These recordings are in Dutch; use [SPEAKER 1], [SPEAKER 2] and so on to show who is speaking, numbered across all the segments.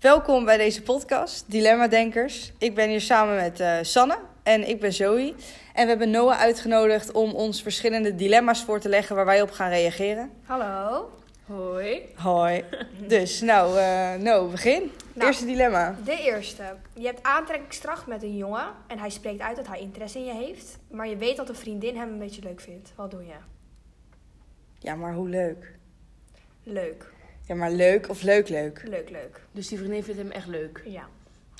[SPEAKER 1] Welkom bij deze podcast, Dilemma Denkers. Ik ben hier samen met eh, Sanne en ik ben Zoe. En we hebben Noah uitgenodigd om ons verschillende dilemma's voor te leggen waar wij op gaan reageren.
[SPEAKER 2] Hallo.
[SPEAKER 3] Hoi.
[SPEAKER 1] Hoi. Dus, nou, eh no, begin.
[SPEAKER 2] Nou.
[SPEAKER 1] Eerste dilemma.
[SPEAKER 2] De eerste. Je hebt aantrekkingskracht met een jongen en hij spreekt uit dat hij interesse in je heeft. Maar je weet dat een vriendin hem een beetje leuk vindt. Wat doe je?
[SPEAKER 1] Ja, maar hoe leuk?
[SPEAKER 2] Leuk.
[SPEAKER 1] Ja, maar leuk of leuk leuk?
[SPEAKER 2] Leuk, leuk.
[SPEAKER 3] Dus die vriendin vindt hem echt leuk.
[SPEAKER 2] Ja.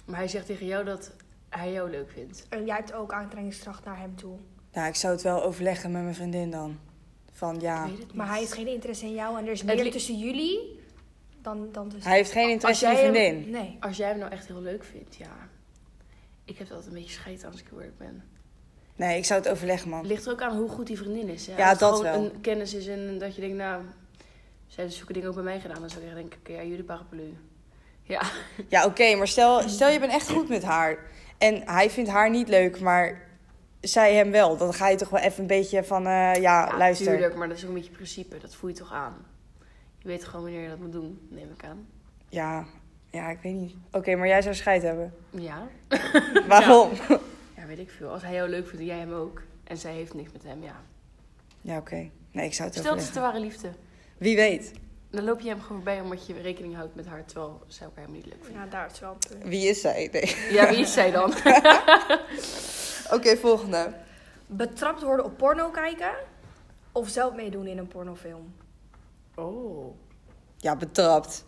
[SPEAKER 3] Maar hij zegt tegen jou dat hij jou leuk vindt.
[SPEAKER 2] En jij hebt ook aantrekkingskracht naar hem toe.
[SPEAKER 1] Nou, ik zou het wel overleggen met mijn vriendin dan. Van ja,
[SPEAKER 3] Ik weet het niet.
[SPEAKER 2] Maar hij heeft geen interesse in jou en er is
[SPEAKER 3] Het
[SPEAKER 2] meer
[SPEAKER 3] li-
[SPEAKER 2] tussen jullie dan, dan tussen...
[SPEAKER 1] hij heeft geen interesse in
[SPEAKER 3] Als
[SPEAKER 1] de
[SPEAKER 3] jij hem-
[SPEAKER 1] vriendin.
[SPEAKER 2] Nee.
[SPEAKER 3] Als jij hem nou echt heel leuk vindt, ja. Ik heb er altijd een beetje scheid aan als ik heel eerlijk ben.
[SPEAKER 1] Nee, ik zou het overleggen, man.
[SPEAKER 3] Ligt er ook aan hoe goed die vriendin is. Hè?
[SPEAKER 1] Ja,
[SPEAKER 3] Als het
[SPEAKER 1] dat
[SPEAKER 3] gewoon
[SPEAKER 1] wel.
[SPEAKER 3] een kennis is en dat je denkt, nou... Zij heeft zulke dingen ook bij mij gedaan. Dan zou ik echt denken, oké, ja, jullie paraplu. Ja.
[SPEAKER 1] Ja, oké, maar stel, stel je bent echt goed met haar. En hij vindt haar niet leuk, maar zij hem wel. Dan ga je toch wel even een beetje van, eh, ja,
[SPEAKER 3] Ja,
[SPEAKER 1] luister.
[SPEAKER 3] Tuurlijk, maar dat is ook een beetje principe. Dat voel je toch aan. Je weet gewoon wanneer je dat moet doen, neem ik aan.
[SPEAKER 1] Ja, ja, ik weet niet. Oké, maar jij zou scheid hebben.
[SPEAKER 3] Ja.
[SPEAKER 1] Waarom?
[SPEAKER 3] Ja, weet ik veel. Als hij jou leuk vindt en jij hem ook. En zij heeft niks met hem, ja.
[SPEAKER 1] Ja, oké. Nee, ik zou het
[SPEAKER 3] Stel, dat is
[SPEAKER 1] overleggen.
[SPEAKER 3] de ware liefde.
[SPEAKER 1] Wie weet.
[SPEAKER 3] Dan loop je hem gewoon voorbij omdat je rekening houdt met haar, terwijl zij elkaar helemaal niet leuk vindt.
[SPEAKER 2] Ja, daar is wel een punt.
[SPEAKER 1] Wie is zij? Nee.
[SPEAKER 3] Ja, wie is zij dan?
[SPEAKER 1] Oké, volgende.
[SPEAKER 2] Betrapt worden op porno kijken of zelf meedoen in een pornofilm.
[SPEAKER 3] Oh.
[SPEAKER 1] Ja, betrapt.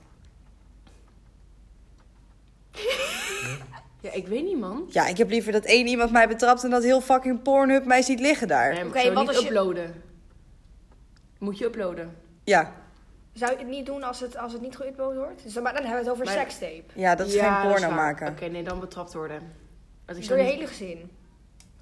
[SPEAKER 3] Ja, ik weet niet, man.
[SPEAKER 1] Ja, ik heb liever dat één iemand mij betrapt en dat heel fucking Pornhub mij ziet liggen daar.
[SPEAKER 3] Nee, maar
[SPEAKER 2] Oké,
[SPEAKER 3] zo
[SPEAKER 2] wat
[SPEAKER 3] niet
[SPEAKER 2] als je-
[SPEAKER 3] uploaden. Moet je uploaden.
[SPEAKER 1] Ja,
[SPEAKER 2] Zou je het niet doen als het, als het niet geüpload wordt? Dus dan, maar dan hebben we het over
[SPEAKER 3] Maar-
[SPEAKER 2] sekstape.
[SPEAKER 1] ja dat is
[SPEAKER 3] Ja,
[SPEAKER 1] geen
[SPEAKER 3] is
[SPEAKER 1] porno
[SPEAKER 3] waar.
[SPEAKER 1] maken.
[SPEAKER 3] Oké, nee, dan betrapt worden. Dat ik
[SPEAKER 2] Door je
[SPEAKER 3] zo niet-
[SPEAKER 2] hele gezin.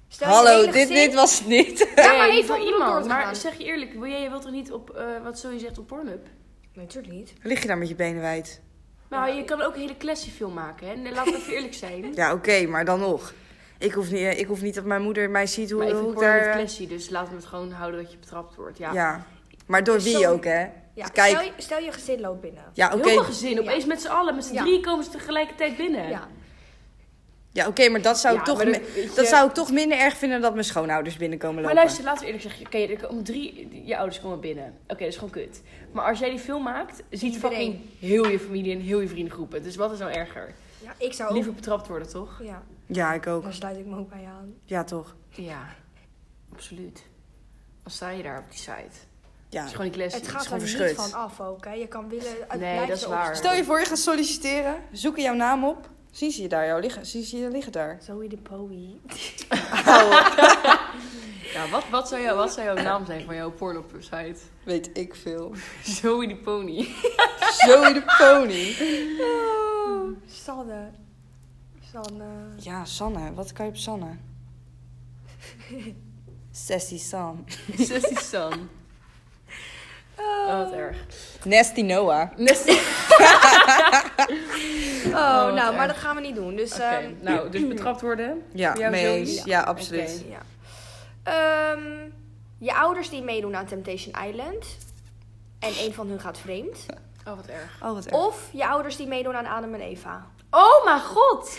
[SPEAKER 2] Stel, je
[SPEAKER 1] Hallo,
[SPEAKER 2] hele
[SPEAKER 1] dit,
[SPEAKER 2] gezin-
[SPEAKER 1] dit was het niet.
[SPEAKER 2] Ja, maar
[SPEAKER 3] Nee,
[SPEAKER 2] even
[SPEAKER 3] voor
[SPEAKER 2] op bloed door
[SPEAKER 3] iemand.
[SPEAKER 2] te gaan.
[SPEAKER 3] Maar zeg je eerlijk, wil jij je wilt er niet op, eh, wat zo je zegt, op Pornhub?
[SPEAKER 2] Nee, natuurlijk niet.
[SPEAKER 1] Lig je daar met je benen wijd?
[SPEAKER 3] Nou, je kan ook een hele classy film maken, hè? Nee, laten we even eerlijk zijn.
[SPEAKER 1] Ja, oké, maar dan nog. Ik hoef, niet, ik hoef niet dat mijn moeder mij ziet hoe,
[SPEAKER 3] Maar ik
[SPEAKER 1] hoe
[SPEAKER 3] vind
[SPEAKER 1] ik
[SPEAKER 3] porno niet
[SPEAKER 2] eh,
[SPEAKER 1] daar...
[SPEAKER 3] classy, dus laten we het gewoon houden dat je betrapt wordt. Ja.
[SPEAKER 1] ja. maar door wie
[SPEAKER 2] Sorry.
[SPEAKER 1] ook, hè? Dus
[SPEAKER 2] Ja,
[SPEAKER 1] Kijk.
[SPEAKER 2] Stel, je, stel je gezin loopt binnen.
[SPEAKER 1] Ja, oké,
[SPEAKER 3] Heel veel gezin,
[SPEAKER 2] Ja.
[SPEAKER 3] opeens met z'n allen, met z'n
[SPEAKER 2] Ja.
[SPEAKER 3] drie komen ze tegelijkertijd binnen.
[SPEAKER 2] Ja.
[SPEAKER 1] ja, oké, maar dat zou, ik
[SPEAKER 3] Ja,
[SPEAKER 1] toch
[SPEAKER 3] maar
[SPEAKER 1] me-
[SPEAKER 3] dat- weet je-
[SPEAKER 1] dat zou ik toch minder erg vinden dat mijn schoonouders binnenkomen
[SPEAKER 3] Maar
[SPEAKER 1] lopen.
[SPEAKER 3] luister, laten we eerlijk zeggen. Oké, er- om drie, je ouders komen binnen. Oké, dat is gewoon kut. Maar als jij die film maakt, ziet
[SPEAKER 2] Iedereen.
[SPEAKER 3] fucking heel je familie en heel je vriendengroepen. Dus wat is nou erger?
[SPEAKER 2] Ja, ik zou ook...
[SPEAKER 3] Liever betrapt worden, toch?
[SPEAKER 2] Ja,
[SPEAKER 1] Ja, ik ook.
[SPEAKER 2] daar sluit ik me ook bij aan.
[SPEAKER 1] Ja, toch.
[SPEAKER 3] Ja, absoluut. Dan sta je daar op die site.
[SPEAKER 1] Ja.
[SPEAKER 3] Dat is gewoon niet classy.
[SPEAKER 2] Het gaat er
[SPEAKER 1] gewoon
[SPEAKER 2] niet
[SPEAKER 1] verscheurd.
[SPEAKER 2] van af ook, hè. Je kan willen... Het
[SPEAKER 3] Nee,
[SPEAKER 2] blijft
[SPEAKER 3] dat is
[SPEAKER 2] zo
[SPEAKER 3] waar.
[SPEAKER 2] op-
[SPEAKER 1] Stel je voor, je gaat solliciteren, zoeken jouw naam op. Zien ze je daar jou liggen? Zien ze je liggen daar?
[SPEAKER 2] Zoe de Poey.
[SPEAKER 1] Nou,
[SPEAKER 3] Ja, wat, wat, zou jou, wat zou jouw naam zijn van jouw porno-site?
[SPEAKER 1] Weet ik veel.
[SPEAKER 3] Zoe die pony.
[SPEAKER 1] Zoe de pony.
[SPEAKER 2] Sanne. Sanne.
[SPEAKER 1] Ja, Sanne. Wat kan je op Sanne? Sassy Sam.
[SPEAKER 3] Sassy San. Oh, wat erg.
[SPEAKER 1] Nasty Noah.
[SPEAKER 2] Oh,
[SPEAKER 3] wat
[SPEAKER 2] nou, maar
[SPEAKER 3] erg.
[SPEAKER 2] dat gaan we niet doen. Dus,
[SPEAKER 3] Oké,
[SPEAKER 2] ehm,
[SPEAKER 3] nou, dus betrapt worden.
[SPEAKER 1] Ja,
[SPEAKER 3] Voor jou,
[SPEAKER 1] mee
[SPEAKER 3] Zoe?
[SPEAKER 1] eens. Ja,
[SPEAKER 3] Ja.
[SPEAKER 1] absoluut.
[SPEAKER 3] Oké.
[SPEAKER 2] ja. Ehm, je ouders die meedoen aan Temptation Island. En een van hun gaat vreemd.
[SPEAKER 3] Oh, wat erg.
[SPEAKER 1] Oh, wat erg.
[SPEAKER 2] Of je ouders die meedoen aan Adam en Eva.
[SPEAKER 3] Oh, mijn god!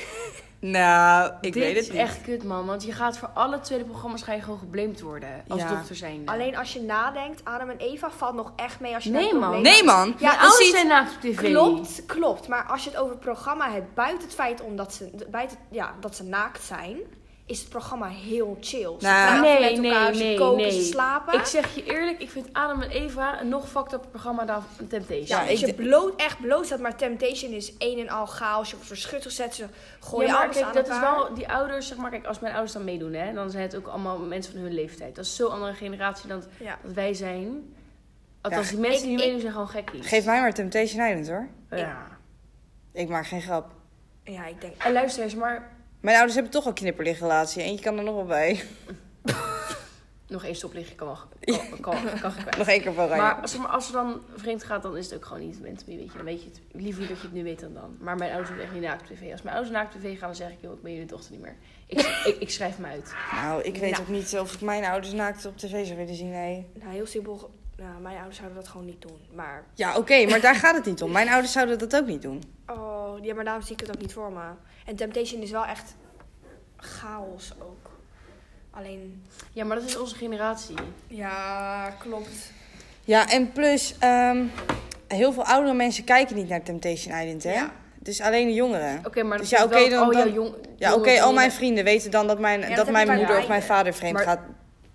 [SPEAKER 1] Nou, ik
[SPEAKER 3] Dit
[SPEAKER 1] weet het
[SPEAKER 3] is
[SPEAKER 1] niet.
[SPEAKER 3] echt kut, man. Want je gaat voor alle tweede programma's ga je gewoon geblamed worden. Als
[SPEAKER 1] Ja.
[SPEAKER 3] dochter zijn.
[SPEAKER 2] Alleen als je nadenkt, Adam en Eva valt nog echt mee als je
[SPEAKER 3] Nee,
[SPEAKER 2] naar het
[SPEAKER 3] man.
[SPEAKER 2] probleem-
[SPEAKER 1] Nee, man.
[SPEAKER 2] Ja,
[SPEAKER 3] Ja,
[SPEAKER 2] dat
[SPEAKER 3] ouders
[SPEAKER 1] ziet-
[SPEAKER 3] zijn naakt op tv.
[SPEAKER 2] Klopt, klopt. Maar als je het over het programma hebt, buiten het feit omdat ze, buiten, ja, dat ze naakt zijn, is het programma heel chill. Ze praten
[SPEAKER 3] Nou, Nee,
[SPEAKER 2] met
[SPEAKER 3] nee,
[SPEAKER 2] elkaar,
[SPEAKER 3] nee,
[SPEAKER 2] ze koken,
[SPEAKER 3] nee.
[SPEAKER 2] ze slapen.
[SPEAKER 3] Ik zeg je eerlijk, ik vind Adam en Eva een nog fucked up programma dan Temptation.
[SPEAKER 2] ja,
[SPEAKER 1] Ja,
[SPEAKER 2] als
[SPEAKER 1] ik
[SPEAKER 2] je
[SPEAKER 1] d-
[SPEAKER 2] bloot, echt bloot staat, maar Temptation is een en al chaos. Je wordt voor schut gezet, ze gooien
[SPEAKER 3] Ja, maar
[SPEAKER 2] alles
[SPEAKER 3] kijk,
[SPEAKER 2] aan
[SPEAKER 3] dat is
[SPEAKER 2] elkaar.
[SPEAKER 3] wel die ouders, zeg maar, kijk, als mijn ouders dan meedoen, hè, dan zijn het ook allemaal mensen van hun leeftijd. Dat is zo'n andere generatie dan
[SPEAKER 2] Ja.
[SPEAKER 3] dat wij zijn. Althans,
[SPEAKER 1] Ja,
[SPEAKER 3] die mensen die
[SPEAKER 2] ik-
[SPEAKER 3] meedoen zijn gewoon gekkies.
[SPEAKER 1] Geef mij maar Temptation Island hoor.
[SPEAKER 3] Ja.
[SPEAKER 1] Ik maak geen grap.
[SPEAKER 2] ja, ik denk...
[SPEAKER 3] En luister eens, maar
[SPEAKER 1] Mijn ouders hebben toch al knipperlichtrelatie. Eentje kan er nog wel bij.
[SPEAKER 3] nog één stoplichtje kan wel kan, kan, kan gekwijt.
[SPEAKER 1] Nog één keer voor
[SPEAKER 3] Maar
[SPEAKER 1] Maar...
[SPEAKER 3] als, ze- maar als ze dan vreemd gaat, dan is het ook gewoon niet mensen meer, weet je. Dan weet je het liever dat je het nu weet dan dan. Maar mijn ouders doen echt niet naakt op tv. Als mijn ouders naakt op tv gaan, dan zeg ik, joh, ik ben jullie dochter niet meer. Ik, ik, ik schrijf me uit.
[SPEAKER 1] Nou, ik weet
[SPEAKER 2] Nou.
[SPEAKER 1] ook niet of ik mijn ouders naakt op tv zou willen zien. Nee.
[SPEAKER 2] Nou, heel simpel, ge- nou, mijn ouders zouden dat gewoon niet doen. Maar,
[SPEAKER 1] Ja, oké, maar daar gaat het niet om. Mijn ouders zouden dat ook niet doen.
[SPEAKER 2] oh, zo. Ja, maar daarom zie ik het ook niet voor me. En Temptation is wel echt chaos ook. Alleen...
[SPEAKER 3] Ja, maar dat is onze generatie.
[SPEAKER 2] Ja, klopt.
[SPEAKER 1] Ja, en plus, ehm, heel veel oudere mensen kijken niet naar Temptation Island, hè?
[SPEAKER 2] Ja.
[SPEAKER 1] Dus alleen de jongeren.
[SPEAKER 3] Oké, maar dat
[SPEAKER 1] Dus ja,
[SPEAKER 3] is wel-
[SPEAKER 1] oké, dan-
[SPEAKER 3] oh, ja,
[SPEAKER 1] dan-
[SPEAKER 3] jong,
[SPEAKER 1] Ja, oké, al mijn vrienden weten dan dat mijn,
[SPEAKER 2] dat
[SPEAKER 1] dat
[SPEAKER 2] heb
[SPEAKER 1] mijn
[SPEAKER 2] ik bij
[SPEAKER 1] moeder of
[SPEAKER 2] mij.
[SPEAKER 1] mijn vader vreemd
[SPEAKER 3] Maar-
[SPEAKER 1] gaat.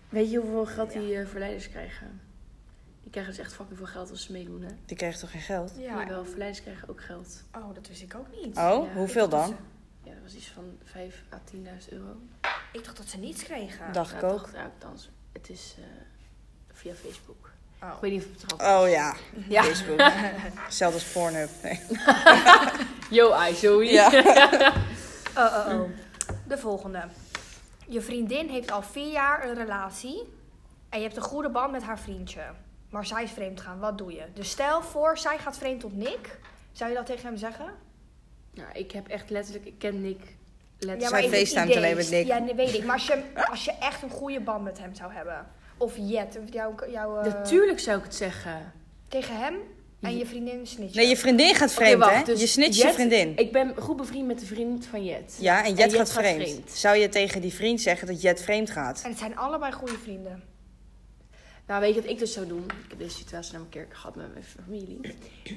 [SPEAKER 3] Weet je hoeveel geld die eh, verleiders krijgen? Die krijgen dus echt fucking veel geld als ze meedoen, hè?
[SPEAKER 1] Die krijgt toch geen geld?
[SPEAKER 2] Ja.
[SPEAKER 3] Jawel, verleiders krijgen ook geld.
[SPEAKER 2] Oh, dat wist ik ook niet.
[SPEAKER 1] Oh,
[SPEAKER 3] Ja.
[SPEAKER 1] hoeveel dan?
[SPEAKER 3] Ja, dat was iets van 5 à 10.000 euro.
[SPEAKER 2] Ik dacht dat ze niets kregen.
[SPEAKER 1] Dacht ik
[SPEAKER 3] Nou,
[SPEAKER 1] ook.
[SPEAKER 3] dacht- nou, althans, het is eh, via Facebook.
[SPEAKER 2] Oh.
[SPEAKER 3] Ik weet niet of het betrapt is.
[SPEAKER 1] Oh ja,
[SPEAKER 2] Ja.
[SPEAKER 1] Facebook. Hetzelfde als Pornhub. Nee.
[SPEAKER 3] Yo, I, Zoe.
[SPEAKER 1] Ja.
[SPEAKER 2] Oh, oh, oh. De volgende. Je vriendin heeft al vier jaar een relatie. En je hebt een goede band met haar vriendje. Maar zij is vreemd gaan. Wat doe je? Dus stel voor, zij gaat vreemd op Nick. Zou je dat tegen hem zeggen?
[SPEAKER 3] Nou, ik heb echt letterlijk... Ik ken Nick
[SPEAKER 1] Zij
[SPEAKER 3] letterlijk.
[SPEAKER 2] in dit
[SPEAKER 1] facetimet
[SPEAKER 2] idee-
[SPEAKER 1] alleen met Nick.
[SPEAKER 2] Ja, nee, weet ik. Maar als je, als je echt een goede band met hem zou hebben. Of Jet, of jouw... jouw eh,
[SPEAKER 3] Natuurlijk zou ik het zeggen.
[SPEAKER 2] Tegen hem en je vriendin snitje.
[SPEAKER 1] nee, je vriendin gaat
[SPEAKER 3] Oké,
[SPEAKER 1] vreemd,
[SPEAKER 3] wacht,
[SPEAKER 1] hè?
[SPEAKER 3] dus
[SPEAKER 1] je snitcht je
[SPEAKER 3] Jet-
[SPEAKER 1] vriendin.
[SPEAKER 3] Ik ben goed bevriend met de vriend van Jet.
[SPEAKER 1] Ja, en Jet, gaat, vreemd.
[SPEAKER 3] vreemd.
[SPEAKER 1] Zou je tegen die vriend zeggen dat Jet vreemd gaat?
[SPEAKER 2] En het zijn allebei goede vrienden.
[SPEAKER 3] Nou, weet je wat ik dus zou doen? Ik heb deze situatie namelijk een keer gehad met mijn familie.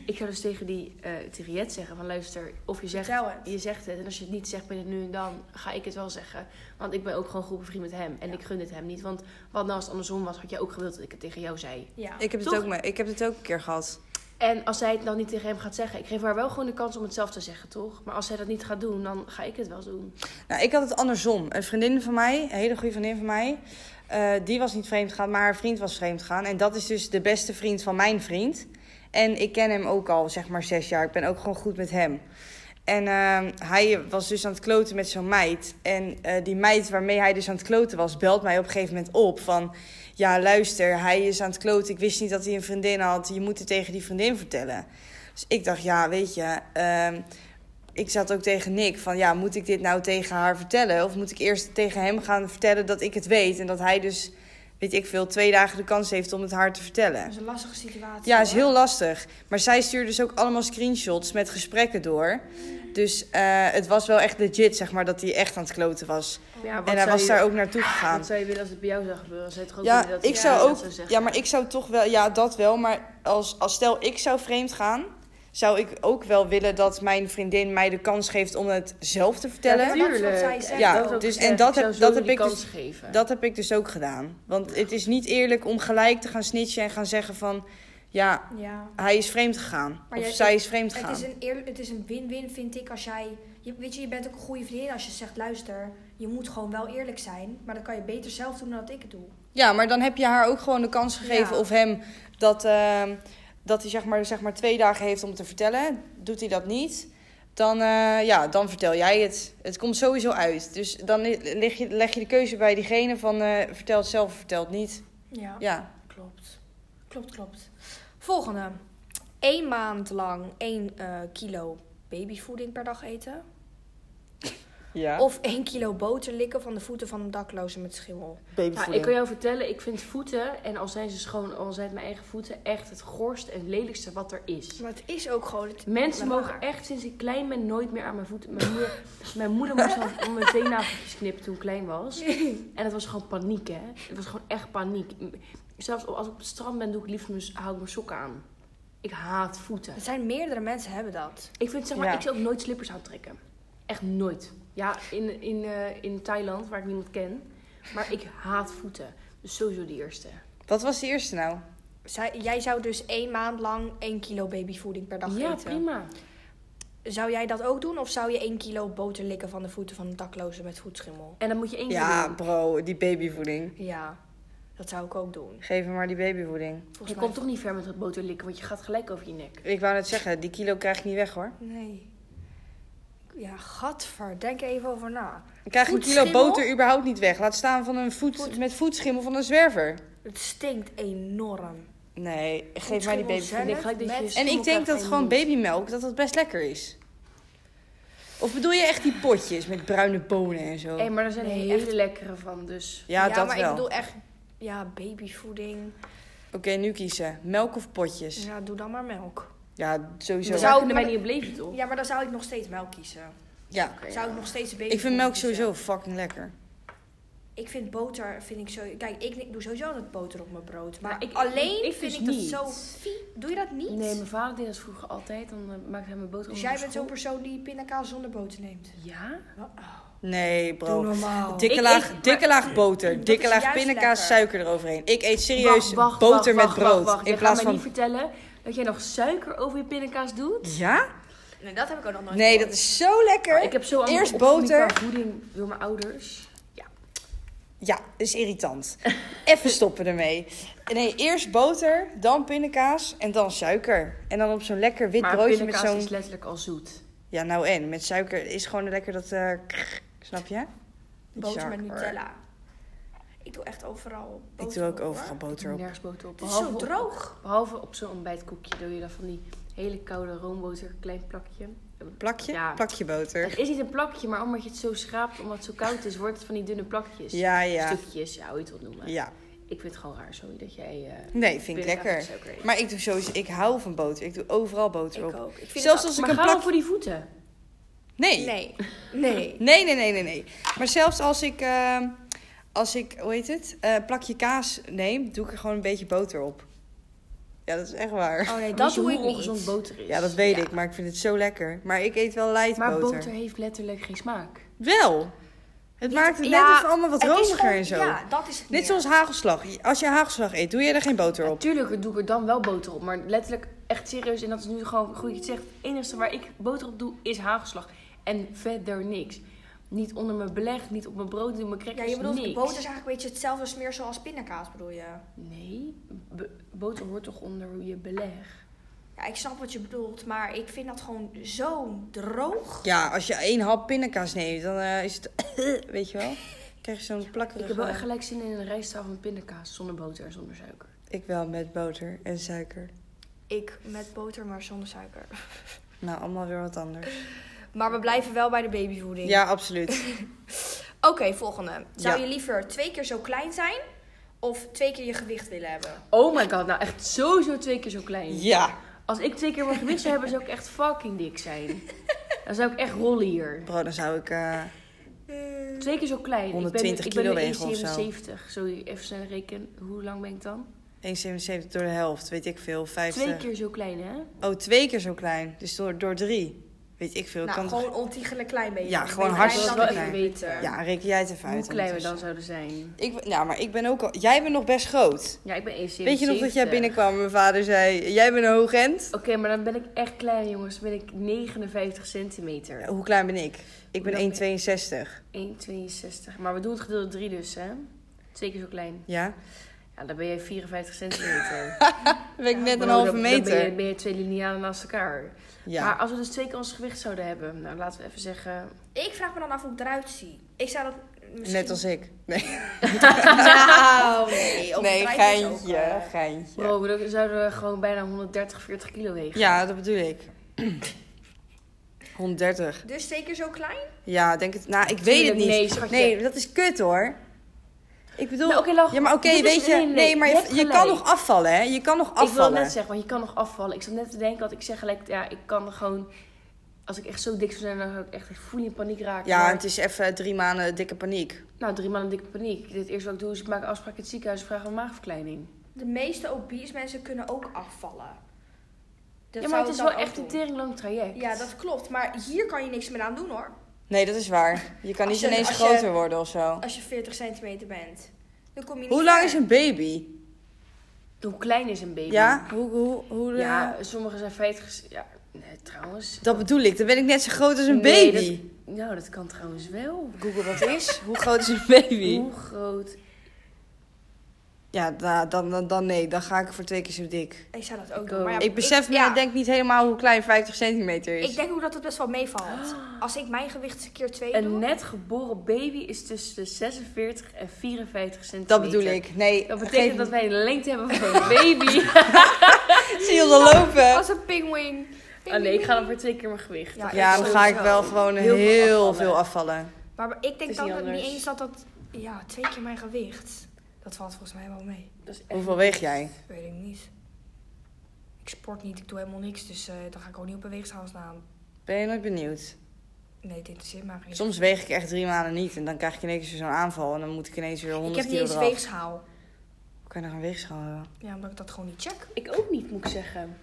[SPEAKER 3] Ik zou dus tegen die eh tegen Jet zeggen van luister, of je zegt,
[SPEAKER 2] Vertel het.
[SPEAKER 3] je zegt het en als je het niet zegt binnen nu en dan, ga ik het wel zeggen. Want ik ben ook gewoon goed bevriend met hem en ik gun het hem niet. Want wat nou als het andersom was, had jij ook gewild dat ik het tegen jou zei.
[SPEAKER 2] Ja.
[SPEAKER 1] Ik heb, het
[SPEAKER 3] Toch?
[SPEAKER 1] ook, me- ik heb het ook een keer gehad.
[SPEAKER 3] En als zij het dan niet tegen hem gaat zeggen, ik geef haar wel gewoon de kans om het zelf te zeggen, toch? Maar als zij dat niet gaat doen, dan ga ik het wel doen.
[SPEAKER 1] Nou, ik had het andersom. Een vriendin van mij, een hele goede vriendin van mij, eh, die was niet vreemd gaan, maar haar vriend was vreemd gaan. En dat is dus de beste vriend van mijn vriend. En ik ken hem ook al, zeg maar, zes jaar. Ik ben ook gewoon goed met hem. En ehm, hij was dus aan het kloten met zo'n meid. En eh, die meid waarmee hij dus aan het kloten was, belt mij op een gegeven moment op van... Ja, luister, hij is aan het kloten. Ik wist niet dat hij een vriendin had. Je moet het tegen die vriendin vertellen. Dus ik dacht, ja, weet je... ehm, ik zat ook tegen Nick van ja, moet ik dit nou tegen haar vertellen? Of moet ik eerst tegen hem gaan vertellen dat ik het weet? En dat hij dus, weet ik veel, twee dagen de kans heeft om het haar te vertellen.
[SPEAKER 2] Dat is een lastige situatie.
[SPEAKER 1] Ja, is
[SPEAKER 2] hoor.
[SPEAKER 1] heel lastig. Maar zij stuurde dus ook allemaal screenshots met gesprekken door. Dus eh, het was wel echt legit, zeg maar, dat hij echt aan het kloten was.
[SPEAKER 3] Ja, wat
[SPEAKER 1] en hij
[SPEAKER 3] zou
[SPEAKER 1] was
[SPEAKER 3] je-
[SPEAKER 1] daar ook naartoe gegaan.
[SPEAKER 3] Wat zou je willen als het bij jou zou gebeuren? Zou je toch ook
[SPEAKER 1] Ja,
[SPEAKER 3] willen dat
[SPEAKER 1] ik
[SPEAKER 3] die
[SPEAKER 1] zou
[SPEAKER 3] vriend
[SPEAKER 1] ook.
[SPEAKER 3] dat zeggen?
[SPEAKER 1] Ja, maar ik zou toch wel. Ja, dat wel. Maar als, als stel ik zou vreemd gaan, zou ik ook wel willen dat mijn vriendin mij de kans geeft om het zelf te vertellen.
[SPEAKER 2] Ja, maar dat is wat zij zegt
[SPEAKER 1] Ja,
[SPEAKER 2] ook.
[SPEAKER 1] dus-
[SPEAKER 3] is
[SPEAKER 1] en
[SPEAKER 3] echt,
[SPEAKER 1] dat
[SPEAKER 3] ik zou
[SPEAKER 1] heb-
[SPEAKER 3] zo
[SPEAKER 1] dat heb
[SPEAKER 3] die
[SPEAKER 1] ik dus-
[SPEAKER 3] kans geven.
[SPEAKER 1] Dat heb ik dus ook gedaan. Want het is niet eerlijk om gelijk te gaan snitchen en gaan zeggen van... Ja,
[SPEAKER 2] Ja.
[SPEAKER 1] hij is vreemd gegaan.
[SPEAKER 2] Maar
[SPEAKER 1] of
[SPEAKER 2] jij-
[SPEAKER 1] zij is vreemd
[SPEAKER 2] Het is,
[SPEAKER 1] gegaan.
[SPEAKER 2] een eerlijk, het is een win-win, vind ik, als jij... Je, weet je, je bent ook een goede vriendin als je zegt... Luister, je moet gewoon wel eerlijk zijn. Maar dan kan je beter zelf doen dan dat ik het doe.
[SPEAKER 1] Ja, maar dan heb je haar ook gewoon de kans gegeven
[SPEAKER 2] Ja.
[SPEAKER 1] of hem... Dat, ehm, dat hij zeg maar, zeg maar twee dagen heeft om te vertellen. Doet hij dat niet, dan, eh, ja, dan vertel jij het. Het komt sowieso uit. Dus dan li- leg je, leg je de keuze bij diegene van... eh, vertel het zelf of vertel het niet.
[SPEAKER 2] Ja,
[SPEAKER 1] Ja.
[SPEAKER 2] klopt. Klopt, klopt. Volgende. Eén maand lang één eh, kilo babyvoeding per dag eten.
[SPEAKER 1] ja.
[SPEAKER 2] Of één kilo boter likken van de voeten van een dakloze met schimmel.
[SPEAKER 3] Nou,
[SPEAKER 1] dus
[SPEAKER 3] ik kan jou vertellen, ik vind voeten, en al zijn ze schoon, al zijn het mijn eigen voeten, echt het goorste en lelijkste wat er is.
[SPEAKER 2] Maar het is ook gewoon... Het,
[SPEAKER 3] Mensen
[SPEAKER 2] Maar-
[SPEAKER 3] mogen echt sinds ik klein ben nooit meer aan mijn voeten. Mijn moeder, mijn moeder moest al mijn teennageltjes knippen toen ik klein was. En dat was gewoon paniek, hè? Het was gewoon echt paniek. Zelfs als ik op het strand ben, doe ik liefst mijn, hou ik mijn sokken aan. Ik haat voeten.
[SPEAKER 2] er zijn meerdere mensen hebben dat.
[SPEAKER 3] Ik vind zeg maar,
[SPEAKER 1] Ja.
[SPEAKER 3] ik zou ook nooit slippers aantrekken. Echt nooit. Ja, in, in, eh, in Thailand, waar ik niemand ken. Maar ik haat voeten. Dus sowieso de eerste.
[SPEAKER 1] Wat was de eerste nou?
[SPEAKER 2] Zij, jij zou dus één maand lang één kilo babyvoeding per dag
[SPEAKER 3] ja,
[SPEAKER 2] eten.
[SPEAKER 3] prima.
[SPEAKER 2] Zou jij dat ook doen of zou je 1 kilo boter likken van de voeten van een dakloze met voetschimmel?
[SPEAKER 3] En dan moet je één keer
[SPEAKER 1] Ja,
[SPEAKER 3] doen.
[SPEAKER 1] bro, die babyvoeding.
[SPEAKER 2] Ja, dat zou ik ook doen.
[SPEAKER 1] Geef hem maar die babyvoeding.
[SPEAKER 2] Volgens
[SPEAKER 3] Je
[SPEAKER 2] mij-
[SPEAKER 3] komt toch niet ver met het boterlikken, want je gaat gelijk over je nek.
[SPEAKER 1] Ik wou net zeggen, die kilo krijg ik niet weg hoor.
[SPEAKER 2] Nee. Ja, gadver, denk even over na.
[SPEAKER 1] Ik krijg een kilo
[SPEAKER 2] Voetschimmel?
[SPEAKER 1] boter überhaupt niet weg. Laat staan van een voet, met voetschimmel van een zwerver.
[SPEAKER 2] Het stinkt enorm.
[SPEAKER 1] Nee, geef mij die
[SPEAKER 2] Voetschimmel
[SPEAKER 1] babyvoeding.
[SPEAKER 3] Ik gelijk dat je
[SPEAKER 2] met-
[SPEAKER 1] En ik denk dat gewoon babymelk, dat dat best lekker is. Of bedoel je echt die potjes met bruine bonen en zo?
[SPEAKER 3] Hé, maar er zijn
[SPEAKER 2] Nee,
[SPEAKER 3] hele
[SPEAKER 2] echt.
[SPEAKER 3] lekkere van, dus...
[SPEAKER 1] Ja, dat
[SPEAKER 2] maar
[SPEAKER 1] wel.
[SPEAKER 2] ik bedoel echt, ja, babyvoeding.
[SPEAKER 1] Oké, nu kiezen. Melk of potjes?
[SPEAKER 2] Ja, doe dan maar melk.
[SPEAKER 1] Ja, sowieso.
[SPEAKER 2] Zo.
[SPEAKER 3] Zou ik manier bleef het toch?
[SPEAKER 2] Ja, maar dan zou ik nog steeds melk kiezen.
[SPEAKER 1] Ja.
[SPEAKER 2] Zou ik nog steeds beter
[SPEAKER 1] Ik vind
[SPEAKER 2] voor
[SPEAKER 1] melk
[SPEAKER 2] kiezen.
[SPEAKER 1] sowieso fucking lekker.
[SPEAKER 2] Ik vind boter, vind ik zo... Kijk, ik doe sowieso altijd boter op mijn brood. Maar
[SPEAKER 3] Nou, ik-
[SPEAKER 2] alleen
[SPEAKER 3] ik- ik
[SPEAKER 2] vind
[SPEAKER 3] dus
[SPEAKER 2] ik dat
[SPEAKER 3] niet.
[SPEAKER 2] zo... vie- Doe je dat niet?
[SPEAKER 3] Nee, mijn vader deed dat vroeger altijd. Dan eh, maakte hij mijn boterham
[SPEAKER 2] dus
[SPEAKER 3] voor
[SPEAKER 2] jij bent
[SPEAKER 3] school.
[SPEAKER 2] zo'n persoon die pindakaas zonder boter neemt?
[SPEAKER 3] Ja?
[SPEAKER 1] Nee,
[SPEAKER 2] Doe
[SPEAKER 1] bro.
[SPEAKER 2] normaal.
[SPEAKER 1] Dikke
[SPEAKER 3] Ik-
[SPEAKER 1] laag,
[SPEAKER 3] ik-
[SPEAKER 1] dikke laag boter, dikke
[SPEAKER 2] is
[SPEAKER 1] laag
[SPEAKER 2] juist
[SPEAKER 1] pindakaas,
[SPEAKER 2] lekker.
[SPEAKER 1] suiker eroverheen. Ik eet serieus boter met brood in
[SPEAKER 3] Jij
[SPEAKER 1] plaats
[SPEAKER 3] gaat mij
[SPEAKER 1] van.
[SPEAKER 3] niet vertellen dat jij nog suiker over je pindakaas doet?
[SPEAKER 1] Ja?
[SPEAKER 2] Nee, dat heb ik ook nog nooit
[SPEAKER 1] Nee,
[SPEAKER 2] gehoord.
[SPEAKER 1] dat is zo lekker.
[SPEAKER 3] Ik heb zo allemaal
[SPEAKER 1] Eerst
[SPEAKER 3] opgevoed
[SPEAKER 1] boter.
[SPEAKER 3] qua voeding door mijn ouders.
[SPEAKER 1] Ja, is irritant. Even stoppen ermee. Nee, eerst boter, dan pindakaas en dan suiker. En dan op zo'n lekker wit
[SPEAKER 3] maar
[SPEAKER 1] broodje met
[SPEAKER 3] pindakaas
[SPEAKER 1] zo'n...
[SPEAKER 3] is letterlijk al zoet.
[SPEAKER 1] Ja, nou en. Met suiker is gewoon lekker dat... eh, krrr, snap je?
[SPEAKER 2] Boter met
[SPEAKER 1] Bizar.
[SPEAKER 2] Nutella. Ik doe echt overal boter
[SPEAKER 1] Ik doe ook
[SPEAKER 2] op, hoor.
[SPEAKER 1] overal boter op.
[SPEAKER 3] Nergens boter op.
[SPEAKER 2] Het is zo
[SPEAKER 3] Behalve-
[SPEAKER 2] droog.
[SPEAKER 3] Behalve op zo'n ontbijtkoekje doe je dan van die hele koude roomboter, klein plakje.
[SPEAKER 1] Plakje?
[SPEAKER 3] Ja.
[SPEAKER 1] Plakje boter.
[SPEAKER 3] Het is niet een plakje, maar omdat je het zo schraapt, omdat het zo koud is, wordt het van die dunne plakjes.
[SPEAKER 1] Ja, ja.
[SPEAKER 3] Stukjes, ja, hoe je het wilt noemen.
[SPEAKER 1] Ja.
[SPEAKER 3] Ik vind het gewoon raar, sorry, dat jij... eh,
[SPEAKER 1] Nee, vind ik
[SPEAKER 3] pindakaas met
[SPEAKER 1] lekker.
[SPEAKER 3] suiker eet.
[SPEAKER 1] Maar ik doe sowieso... Ik hou van boter. Ik doe overal boter
[SPEAKER 2] Ik
[SPEAKER 1] op.
[SPEAKER 2] ook. Ik vind
[SPEAKER 1] Zelfs
[SPEAKER 2] het
[SPEAKER 1] als ik
[SPEAKER 3] Maar
[SPEAKER 1] een
[SPEAKER 3] ga dan
[SPEAKER 1] plak...
[SPEAKER 3] voor die voeten.
[SPEAKER 1] Nee.
[SPEAKER 2] al- Nee. Nee.
[SPEAKER 1] Nee, nee, nee, nee, nee. Maar zelfs als ik, ehm, als ik hoe heet het, eh, plakje kaas neem, doe ik er gewoon een beetje boter op. Ja, dat is echt waar.
[SPEAKER 2] Oh nee,
[SPEAKER 3] Weet
[SPEAKER 2] dat
[SPEAKER 3] je
[SPEAKER 2] doe ik
[SPEAKER 3] hoe ongezond
[SPEAKER 2] niet.
[SPEAKER 3] boter is.
[SPEAKER 1] Ja, dat weet
[SPEAKER 2] Ja.
[SPEAKER 1] ik, maar ik vind het zo lekker. Maar ik eet wel light
[SPEAKER 3] Maar
[SPEAKER 1] boter.
[SPEAKER 3] boter. heeft letterlijk geen smaak.
[SPEAKER 1] Wel. Het maakt het
[SPEAKER 2] Ja,
[SPEAKER 1] net even allemaal wat
[SPEAKER 2] het is
[SPEAKER 1] romiger
[SPEAKER 2] gewoon-
[SPEAKER 1] en zo.
[SPEAKER 2] Ja, dat is het
[SPEAKER 1] Net
[SPEAKER 2] meer.
[SPEAKER 1] zoals hagelslag. Als je hagelslag eet, doe je er geen boter op.
[SPEAKER 3] Natuurlijk doe ik er dan wel boter op, maar letterlijk echt serieus. En dat is nu gewoon goed dat je het zegt. Het enige waar ik boter op doe is hagelslag. En verder niks. Niet onder mijn beleg, niet op mijn brood, niet op mijn
[SPEAKER 2] Ja,
[SPEAKER 3] crackers,
[SPEAKER 2] je bedoelt,
[SPEAKER 3] niks.
[SPEAKER 2] boter is eigenlijk een beetje hetzelfde als meer zoals pindakaas, bedoel je?
[SPEAKER 3] Nee, b- boter hoort toch onder je beleg?
[SPEAKER 2] Ja, ik snap wat je bedoelt, maar ik vind dat gewoon zo droog.
[SPEAKER 1] Ja, als je één hap pindakaas neemt, dan eh, is het... weet je wel? Dan krijg je zo'n
[SPEAKER 3] Ik
[SPEAKER 1] plakkerige...
[SPEAKER 3] heb wel echt gelijk zin in een rijsttafel met pindakaas zonder boter en zonder suiker.
[SPEAKER 1] ik wel, met boter en suiker.
[SPEAKER 2] Ik met boter, maar zonder suiker.
[SPEAKER 1] Nou, allemaal weer wat anders.
[SPEAKER 2] Maar we blijven wel bij de babyvoeding.
[SPEAKER 1] Ja, absoluut.
[SPEAKER 2] Oké, volgende. Zou
[SPEAKER 1] Ja.
[SPEAKER 2] je liever twee keer zo klein zijn of twee keer je gewicht willen hebben?
[SPEAKER 3] Oh my god, nou echt sowieso twee keer zo klein.
[SPEAKER 1] Ja.
[SPEAKER 3] Als ik twee keer mijn gewicht zou hebben, zou ik echt fucking dik zijn. Dan zou ik echt rollen hier.
[SPEAKER 1] Bro, dan zou ik... eh,
[SPEAKER 3] Twee keer zo klein.
[SPEAKER 1] 120
[SPEAKER 3] ik ben,
[SPEAKER 1] kilo
[SPEAKER 3] ik
[SPEAKER 1] wegen
[SPEAKER 3] ben
[SPEAKER 1] of zo.
[SPEAKER 3] 1,77. Zo even snel rekenen. Hoe lang ben ik dan?
[SPEAKER 1] 1,77 door de helft, weet ik veel. 50.
[SPEAKER 3] Twee keer zo klein, hè?
[SPEAKER 1] Oh, twee keer zo klein. Dus door, door drie. Weet ik veel.
[SPEAKER 2] nou,
[SPEAKER 1] kan
[SPEAKER 2] gewoon ontiegelijk klein ben je.
[SPEAKER 1] Ja,
[SPEAKER 2] Dan
[SPEAKER 1] gewoon
[SPEAKER 2] ben je kleiner
[SPEAKER 1] hartstikke
[SPEAKER 2] dan
[SPEAKER 3] klein.
[SPEAKER 2] een liter.
[SPEAKER 1] Ja, reken jij het even uit.
[SPEAKER 3] eh, Hoe klein we dan
[SPEAKER 1] ondertussen.
[SPEAKER 3] zouden zijn.
[SPEAKER 1] Ik, nou, maar ik ben ook al... Jij bent nog best groot.
[SPEAKER 3] Ja, ik ben 1,77.
[SPEAKER 1] Weet je nog dat jij binnenkwam en mijn vader zei... Jij bent een hoogend?
[SPEAKER 3] Oké, maar dan ben ik echt klein, jongens. Dan ben ik 59 centimeter.
[SPEAKER 1] Hoe klein ben ik? Ik
[SPEAKER 3] Nou,
[SPEAKER 1] ben 1,62.
[SPEAKER 3] 1,62. Maar we doen het gedeeld 3 dus, hè? Twee keer zo klein.
[SPEAKER 1] Ja?
[SPEAKER 3] Ja, dan ben je 54 centimeter.
[SPEAKER 1] Dan ben ik net een
[SPEAKER 3] Bro,
[SPEAKER 1] halve
[SPEAKER 3] dan- Dan ben je,
[SPEAKER 1] meter.
[SPEAKER 3] ben je twee linealen naast elkaar. Maar
[SPEAKER 1] Ja.
[SPEAKER 3] als we dus twee keer ons gewicht zouden hebben... Nou, laten we even zeggen...
[SPEAKER 2] Ik vraag me dan af hoe ik eruit zie. Ik zou dat misschien...
[SPEAKER 1] Net als ik. Nee,
[SPEAKER 2] Nou, nee.
[SPEAKER 1] nee
[SPEAKER 2] overdrijven is ook,
[SPEAKER 1] geintje.
[SPEAKER 2] eh,
[SPEAKER 1] Geintje.
[SPEAKER 3] Bro, we zouden gewoon bijna 130, 40 kilo wegen.
[SPEAKER 1] Ja, dat bedoel ik. 130.
[SPEAKER 2] Dus twee keer zo klein?
[SPEAKER 1] Ja, denk het. Nou, ik weet het
[SPEAKER 3] Tuurlijk,
[SPEAKER 1] niet.
[SPEAKER 3] nee, schatje.
[SPEAKER 1] Nee, dat is kut hoor. Ik bedoel.
[SPEAKER 3] Nou, oké, lach.
[SPEAKER 1] ja, maar oké,
[SPEAKER 3] Dit is-
[SPEAKER 1] weet je. Nee,
[SPEAKER 3] nee, nee,
[SPEAKER 1] maar
[SPEAKER 3] je
[SPEAKER 1] je,
[SPEAKER 3] hebt
[SPEAKER 1] je kan
[SPEAKER 3] gelijk.
[SPEAKER 1] nog afvallen, hè? Je kan nog afvallen.
[SPEAKER 3] Ik wil het net zeggen, want je kan nog afvallen. Ik zat net te denken, dat ik zeg gelijk, ja, ik kan er gewoon... Als ik echt zo dik zou zijn, dan zou ik echt voel in paniek raken.
[SPEAKER 1] Ja,
[SPEAKER 3] Maar-
[SPEAKER 1] het is even drie maanden dikke paniek.
[SPEAKER 3] Nou, drie maanden dikke paniek. Het eerste wat ik doe is ik maak een afspraak in het ziekenhuis en vraag om maagverkleining.
[SPEAKER 2] De meeste obese mensen kunnen ook afvallen. Dat
[SPEAKER 3] ja,
[SPEAKER 2] zou
[SPEAKER 3] maar
[SPEAKER 2] ik
[SPEAKER 3] het is
[SPEAKER 2] dan
[SPEAKER 3] wel
[SPEAKER 2] ook
[SPEAKER 3] echt een
[SPEAKER 2] doen.
[SPEAKER 3] teringlang traject.
[SPEAKER 2] Ja, dat klopt. Maar hier kan je niks meer aan doen hoor.
[SPEAKER 1] Nee, dat is waar. Je kan
[SPEAKER 2] Als
[SPEAKER 1] niet
[SPEAKER 2] je-
[SPEAKER 1] ineens
[SPEAKER 2] als je-
[SPEAKER 1] groter worden of zo.
[SPEAKER 2] Als je 40 centimeter bent. Dan kom je niet
[SPEAKER 1] Hoe lang is
[SPEAKER 2] ver.
[SPEAKER 1] een baby?
[SPEAKER 3] Hoe klein is een baby?
[SPEAKER 1] Ja, hoe. hoe, hoe eh,
[SPEAKER 3] Ja, sommigen zijn 50... Ja, nee, trouwens...
[SPEAKER 1] Dat bedoel ik. Dan ben ik net zo groot als een
[SPEAKER 3] Nee,
[SPEAKER 1] baby.
[SPEAKER 3] dat- nou, dat kan trouwens wel.
[SPEAKER 1] Google wat is. hoe groot is een baby?
[SPEAKER 3] Hoe groot...
[SPEAKER 1] Ja, da- dan, dan, dan nee. Dan ga ik voor twee keer zo dik.
[SPEAKER 2] Ik zou dat ook
[SPEAKER 3] Ik
[SPEAKER 2] doen.
[SPEAKER 3] ook.
[SPEAKER 2] Maar ja,
[SPEAKER 1] ik besef me,
[SPEAKER 2] ja,
[SPEAKER 1] denk niet helemaal hoe klein 50 centimeter is.
[SPEAKER 2] Ik denk ook dat het best wel meevalt. Als ik mijn gewicht eens een keer twee
[SPEAKER 3] Een
[SPEAKER 2] doe.
[SPEAKER 3] net geboren baby is tussen de 46 en 54 centimeter.
[SPEAKER 1] dat bedoel ik. Nee,
[SPEAKER 3] Dat
[SPEAKER 1] geef-
[SPEAKER 3] betekent dat wij een lengte hebben van een baby.
[SPEAKER 1] Zie je al lopen?
[SPEAKER 2] Als een pinguïn.
[SPEAKER 3] Oh nee, ik ga dan voor twee keer mijn gewicht.
[SPEAKER 2] Ja,
[SPEAKER 1] Ja, dan ga ik
[SPEAKER 2] sowieso.
[SPEAKER 1] wel gewoon heel,
[SPEAKER 3] Heel veel
[SPEAKER 1] veel,
[SPEAKER 3] afvallen.
[SPEAKER 1] afvallen.
[SPEAKER 2] Maar ik denk
[SPEAKER 3] is
[SPEAKER 2] dan
[SPEAKER 3] niet
[SPEAKER 2] dat niet
[SPEAKER 3] anders.
[SPEAKER 2] eens dat dat... Ja, twee keer mijn gewicht. Dat valt volgens mij wel mee.
[SPEAKER 3] Dat is echt-
[SPEAKER 1] Hoeveel weeg jij?
[SPEAKER 2] Weet ik niet. Ik ik sport niet, ik doe helemaal niks. Dus eh, dan ga ik ook niet op een weegschaal staan.
[SPEAKER 1] Ben je nooit benieuwd?
[SPEAKER 2] Nee, dit interesseert me eigenlijk niet.
[SPEAKER 1] Soms weeg ik echt drie maanden niet en dan krijg ik ineens weer zo'n aanval en dan moet ik ineens weer
[SPEAKER 2] Ik
[SPEAKER 1] 100
[SPEAKER 2] heb niet
[SPEAKER 1] kilo
[SPEAKER 2] eens
[SPEAKER 1] eraf.
[SPEAKER 2] weegschaal.
[SPEAKER 1] Hoe kan je nog een weegschaal hebben?
[SPEAKER 2] Ja, omdat ik dat gewoon niet check.
[SPEAKER 3] Ik ook niet, moet ik zeggen.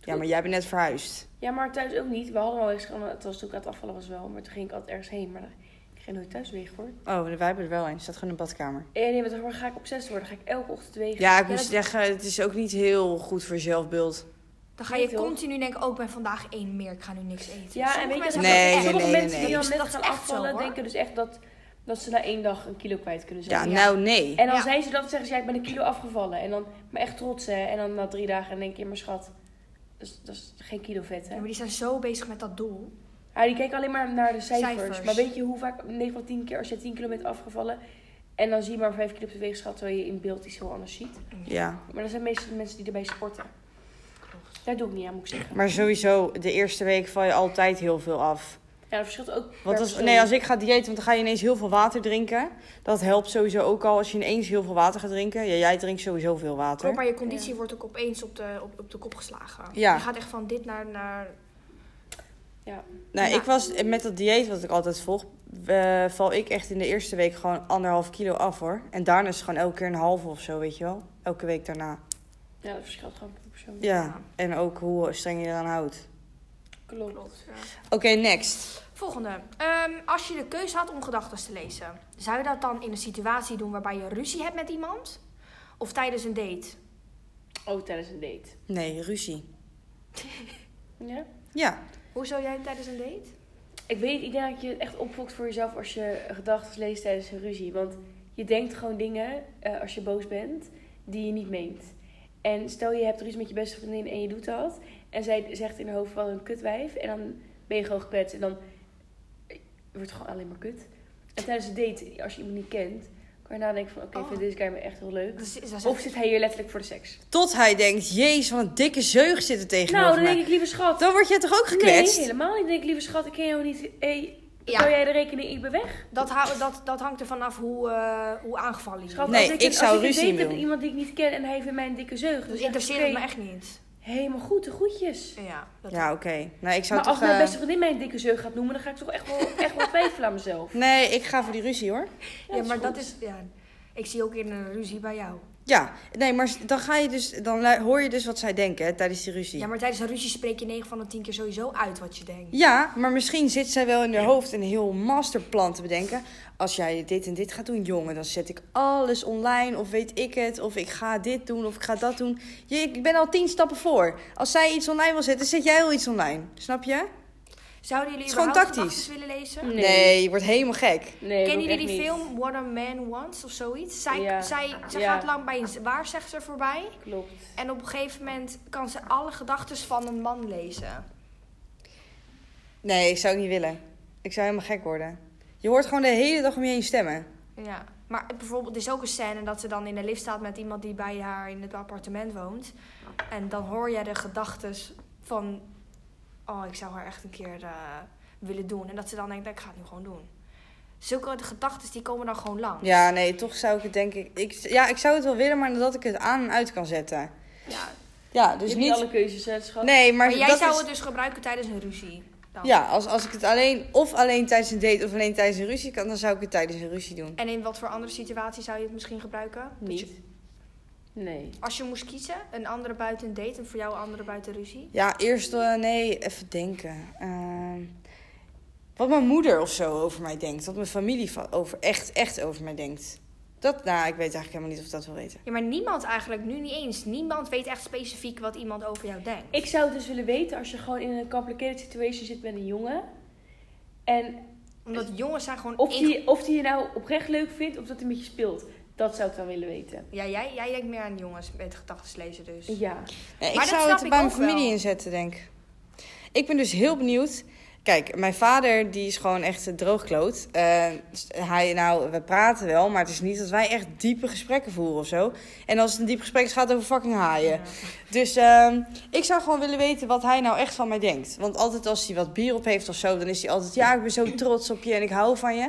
[SPEAKER 1] Ja, maar jij bent net verhuisd.
[SPEAKER 3] Ja, maar thuis ook niet. We hadden wel eens, het was toen ik aan het afvallen was wel, maar toen ging ik altijd ergens heen. Maar dan- ik ging nooit thuis wegen hoor.
[SPEAKER 1] Oh, wij hebben er wel een. Staat gewoon in de badkamer.
[SPEAKER 3] En nee, maar dan ga ik obsessief worden, dan ga ik elke ochtend wegen.
[SPEAKER 1] Ja, ik
[SPEAKER 2] Ja,
[SPEAKER 1] moet
[SPEAKER 2] dat-
[SPEAKER 1] zeggen, het is ook niet heel goed voor je zelfbeeld.
[SPEAKER 2] Dan ga je
[SPEAKER 3] Nee, toch?
[SPEAKER 2] continu denken, ook ik ben vandaag één meer. Ik ga nu niks eten.
[SPEAKER 3] Ja, en
[SPEAKER 2] Sommige
[SPEAKER 3] weet je,
[SPEAKER 2] mensen
[SPEAKER 1] Nee,
[SPEAKER 2] hebben dat
[SPEAKER 3] sommige
[SPEAKER 1] nee,
[SPEAKER 2] echt.
[SPEAKER 1] nee,
[SPEAKER 3] mensen die
[SPEAKER 1] nee.
[SPEAKER 3] dan net
[SPEAKER 2] Dat is
[SPEAKER 3] gaan
[SPEAKER 2] echt zo,
[SPEAKER 3] afvallen,
[SPEAKER 2] hoor.
[SPEAKER 3] denken dus echt dat, dat ze na één dag een kilo kwijt kunnen zijn.
[SPEAKER 1] Ja,
[SPEAKER 2] Ja.
[SPEAKER 1] nou nee.
[SPEAKER 3] En dan
[SPEAKER 2] Ja.
[SPEAKER 3] zijn ze dat en zeggen ze, ja, ik ben een kilo afgevallen. En dan, maar echt trots hè. En dan na drie dagen denk je, maar schat, dat is, dat is geen kilo vet hè.
[SPEAKER 2] Ja, maar die zijn zo bezig met dat doel.
[SPEAKER 3] Ja, die kijken alleen maar naar de cijfers.
[SPEAKER 2] Cijfers.
[SPEAKER 3] Maar weet je hoe vaak, 9 van 10 keer, als je 10 kilo bent afgevallen... en dan zie je maar 5 kilo op de weegschaal, terwijl je in beeld iets heel anders ziet.
[SPEAKER 1] Ja.
[SPEAKER 3] Maar dat zijn meestal de mensen die erbij sporten. Daar doe ik niet aan, moet ik zeggen.
[SPEAKER 1] Maar sowieso, de eerste week val je altijd heel veel af.
[SPEAKER 3] Ja, dat verschilt ook per
[SPEAKER 1] Want als,
[SPEAKER 3] persoon.
[SPEAKER 1] nee, als ik ga diëten, want dan ga je ineens heel veel water drinken. Dat helpt sowieso ook al als je ineens heel veel water gaat drinken. Ja, jij drinkt sowieso veel
[SPEAKER 2] Klopt,
[SPEAKER 1] water.
[SPEAKER 2] maar je conditie wordt ook opeens op de, op, op de kop geslagen.
[SPEAKER 1] Ja.
[SPEAKER 2] Je gaat echt van dit naar... naar...
[SPEAKER 3] Ja.
[SPEAKER 1] Nou,
[SPEAKER 2] Ja.
[SPEAKER 1] ik was met dat dieet wat ik altijd volg, eh, val ik echt in de eerste week gewoon anderhalf kilo af hoor. En daarna is het gewoon elke keer een halve of zo, weet je wel. Elke week daarna.
[SPEAKER 3] ja, dat verschilt gewoon per persoon.
[SPEAKER 1] Ja, en ook hoe streng je eraan houdt.
[SPEAKER 3] Klopt.
[SPEAKER 2] Klopt, ja.
[SPEAKER 1] Oké, next.
[SPEAKER 2] Volgende. Ehm, als je de keuze had om gedachten te lezen, zou je dat dan in een situatie doen waarbij je ruzie hebt met iemand? Of tijdens een date?
[SPEAKER 3] Oh, tijdens een date.
[SPEAKER 1] Nee, ruzie.
[SPEAKER 3] Ja?
[SPEAKER 1] Ja,
[SPEAKER 2] Hoe zou jij tijdens een date?
[SPEAKER 3] Ik weet, niet, ik denk dat je het echt opfokt voor jezelf als je gedachten leest tijdens een ruzie. Want je denkt gewoon dingen eh, als je boos bent die je niet meent. En stel je hebt ruzie met je beste vriendin en je doet dat. En zij zegt in haar hoofd wel een kutwijf. En dan ben je gewoon gekwetst. En dan eh, wordt het gewoon alleen maar kut. En tijdens een date, als je iemand niet kent, kan je nadenken van... Oké,
[SPEAKER 2] Oh.
[SPEAKER 3] vindt deze guy me echt heel leuk?
[SPEAKER 2] Dat is- dat is-
[SPEAKER 3] Of zit hij hier letterlijk voor de seks?
[SPEAKER 1] tot hij denkt, jezus, wat een dikke zeug zit er tegenover
[SPEAKER 3] Nou, dan
[SPEAKER 1] me.
[SPEAKER 3] denk ik, lieve schat...
[SPEAKER 1] Dan word je toch ook gekwetst?
[SPEAKER 3] Nee, helemaal niet. Dan denk ik, lieve schat, ik ken jou niet. Hey,
[SPEAKER 2] Ja.
[SPEAKER 3] Kan jij de rekening? Ik ben weg.
[SPEAKER 2] dat, hou- dat, dat hangt ervan af hoe, eh, hoe aangevallen je
[SPEAKER 3] Schat,
[SPEAKER 2] bent.
[SPEAKER 1] Nee,
[SPEAKER 3] als ik,
[SPEAKER 1] ik
[SPEAKER 3] als
[SPEAKER 1] zou
[SPEAKER 3] ik een
[SPEAKER 1] ruzie
[SPEAKER 3] date heb
[SPEAKER 1] doen.
[SPEAKER 3] met iemand die ik niet ken en hij heeft in mij een dikke zeug.
[SPEAKER 2] Dus
[SPEAKER 3] Dus
[SPEAKER 2] interesseert
[SPEAKER 3] oké,
[SPEAKER 2] het me echt niet.
[SPEAKER 3] Helemaal goed, de groetjes.
[SPEAKER 2] Ja, dat
[SPEAKER 1] Ja, oké. Nou, ik zou
[SPEAKER 3] maar
[SPEAKER 1] toch...
[SPEAKER 3] als mijn
[SPEAKER 1] eh,
[SPEAKER 3] beste vriendin mij een dikke zeug gaat noemen, dan ga ik toch echt wel, echt wel twijfelen aan mezelf.
[SPEAKER 1] Nee, ik ga voor die ruzie hoor.
[SPEAKER 2] ja, maar dat is... Ja, ik zie ook in een ruzie bij jou.
[SPEAKER 1] Ja, nee, maar dan, ga je dus, dan lu- hoor je dus wat zij denken hè, tijdens die ruzie.
[SPEAKER 2] Ja,
[SPEAKER 1] Ja maar...
[SPEAKER 2] maar tijdens een ruzie spreek je 9 van de 10 keer sowieso uit wat je denkt.
[SPEAKER 1] misschien zit zij wel in haar hoofd een heel masterplan te bedenken. Als jij dit en dit gaat doen, jongen, dan zet ik alles online. Of weet ik het, of ik ga dit doen, of ik ga dat doen. Je, ik ben al tien stappen voor. Als zij iets online wil zetten, zet jij heel iets online. Snap je?
[SPEAKER 2] Zouden jullie
[SPEAKER 1] Het is gewoon
[SPEAKER 2] überhaupt
[SPEAKER 1] tactisch.
[SPEAKER 2] gedachtes willen lezen?
[SPEAKER 3] Nee.
[SPEAKER 1] Nee, je wordt helemaal gek.
[SPEAKER 3] Nee,
[SPEAKER 2] Kennen
[SPEAKER 3] dat
[SPEAKER 2] jullie die
[SPEAKER 3] echt niet.
[SPEAKER 2] film What a Man Wants of zoiets? Zij,
[SPEAKER 3] Ja.
[SPEAKER 2] zij, zij
[SPEAKER 3] Ja.
[SPEAKER 2] gaat lang bij een waarzegster voorbij.
[SPEAKER 1] Dus
[SPEAKER 3] Klopt.
[SPEAKER 2] En op een gegeven moment kan ze alle gedachten van een man lezen.
[SPEAKER 1] Nee, ik zou het niet willen. Ik zou helemaal gek worden. Je hoort gewoon de hele dag om je heen stemmen.
[SPEAKER 2] Ja. Maar bijvoorbeeld, er is ook een scène dat ze dan in de lift staat met iemand die bij haar in het appartement woont. En dan hoor je de gedachten van: Oh, ik zou haar echt een keer eh, willen doen. En dat ze dan denkt: Ik ga het nu gewoon doen. Zulke gedachten die komen dan gewoon lang.
[SPEAKER 1] Ja, nee, toch zou ik het denk ik, ik... Ja, ik zou het wel willen, maar dat ik het aan en uit kan zetten. Ja,
[SPEAKER 3] Dus
[SPEAKER 1] dus
[SPEAKER 3] je niet
[SPEAKER 1] niet...
[SPEAKER 3] alle keuzes, hè, schat.
[SPEAKER 1] Nee, maar,
[SPEAKER 2] Maar jij
[SPEAKER 1] dat
[SPEAKER 2] zou
[SPEAKER 1] is...
[SPEAKER 2] het dus gebruiken tijdens een ruzie. Dan.
[SPEAKER 1] Ja, als, als ik het alleen... Of alleen tijdens een date of alleen tijdens een ruzie kan... dan zou ik het tijdens een ruzie doen.
[SPEAKER 2] En in wat voor andere situatie zou je het misschien gebruiken? Dat je-
[SPEAKER 3] Niet. Nee.
[SPEAKER 2] Als je moest kiezen, een andere buiten een date en voor jou een andere buiten ruzie.
[SPEAKER 1] Ja, eerst... eh, nee, even denken. Ehm, wat mijn moeder of zo over mij denkt. Wat mijn familie va- over, echt, echt over mij denkt. Dat, nou, ik weet eigenlijk helemaal niet of ik dat wil weten.
[SPEAKER 2] Ja, maar niemand eigenlijk, nu niet eens. Niemand weet echt specifiek wat iemand over jou denkt.
[SPEAKER 3] Ik zou het dus willen weten als je gewoon in een complicated situation zit met een jongen. En
[SPEAKER 2] Omdat jongens zijn gewoon...
[SPEAKER 3] of
[SPEAKER 2] inge-
[SPEAKER 3] die, of die je nou oprecht leuk vindt of dat hij met je speelt. Dat zou ik dan willen weten.
[SPEAKER 2] Ja, jij, jij denkt meer aan jongens met gedachtenslezen dus.
[SPEAKER 3] Ja.
[SPEAKER 1] Nee, ik
[SPEAKER 2] Maar dat
[SPEAKER 1] zou
[SPEAKER 2] snap
[SPEAKER 1] het
[SPEAKER 2] ik
[SPEAKER 1] bij mijn
[SPEAKER 2] ook wel.
[SPEAKER 1] familie inzetten, denk ik. Ik ben dus heel benieuwd. Kijk, mijn vader die is gewoon echt een droogkloot. Eh, s- hij, nou, we praten wel, maar het is niet dat wij echt diepe gesprekken voeren of zo. En als het een diep gesprek is, gaat het over fucking haaien. Dus ehm, ik zou gewoon willen weten wat hij nou echt van mij denkt. Want altijd als hij wat bier op heeft of zo, dan is hij altijd... Ja, ik ben zo trots op je en ik hou van je.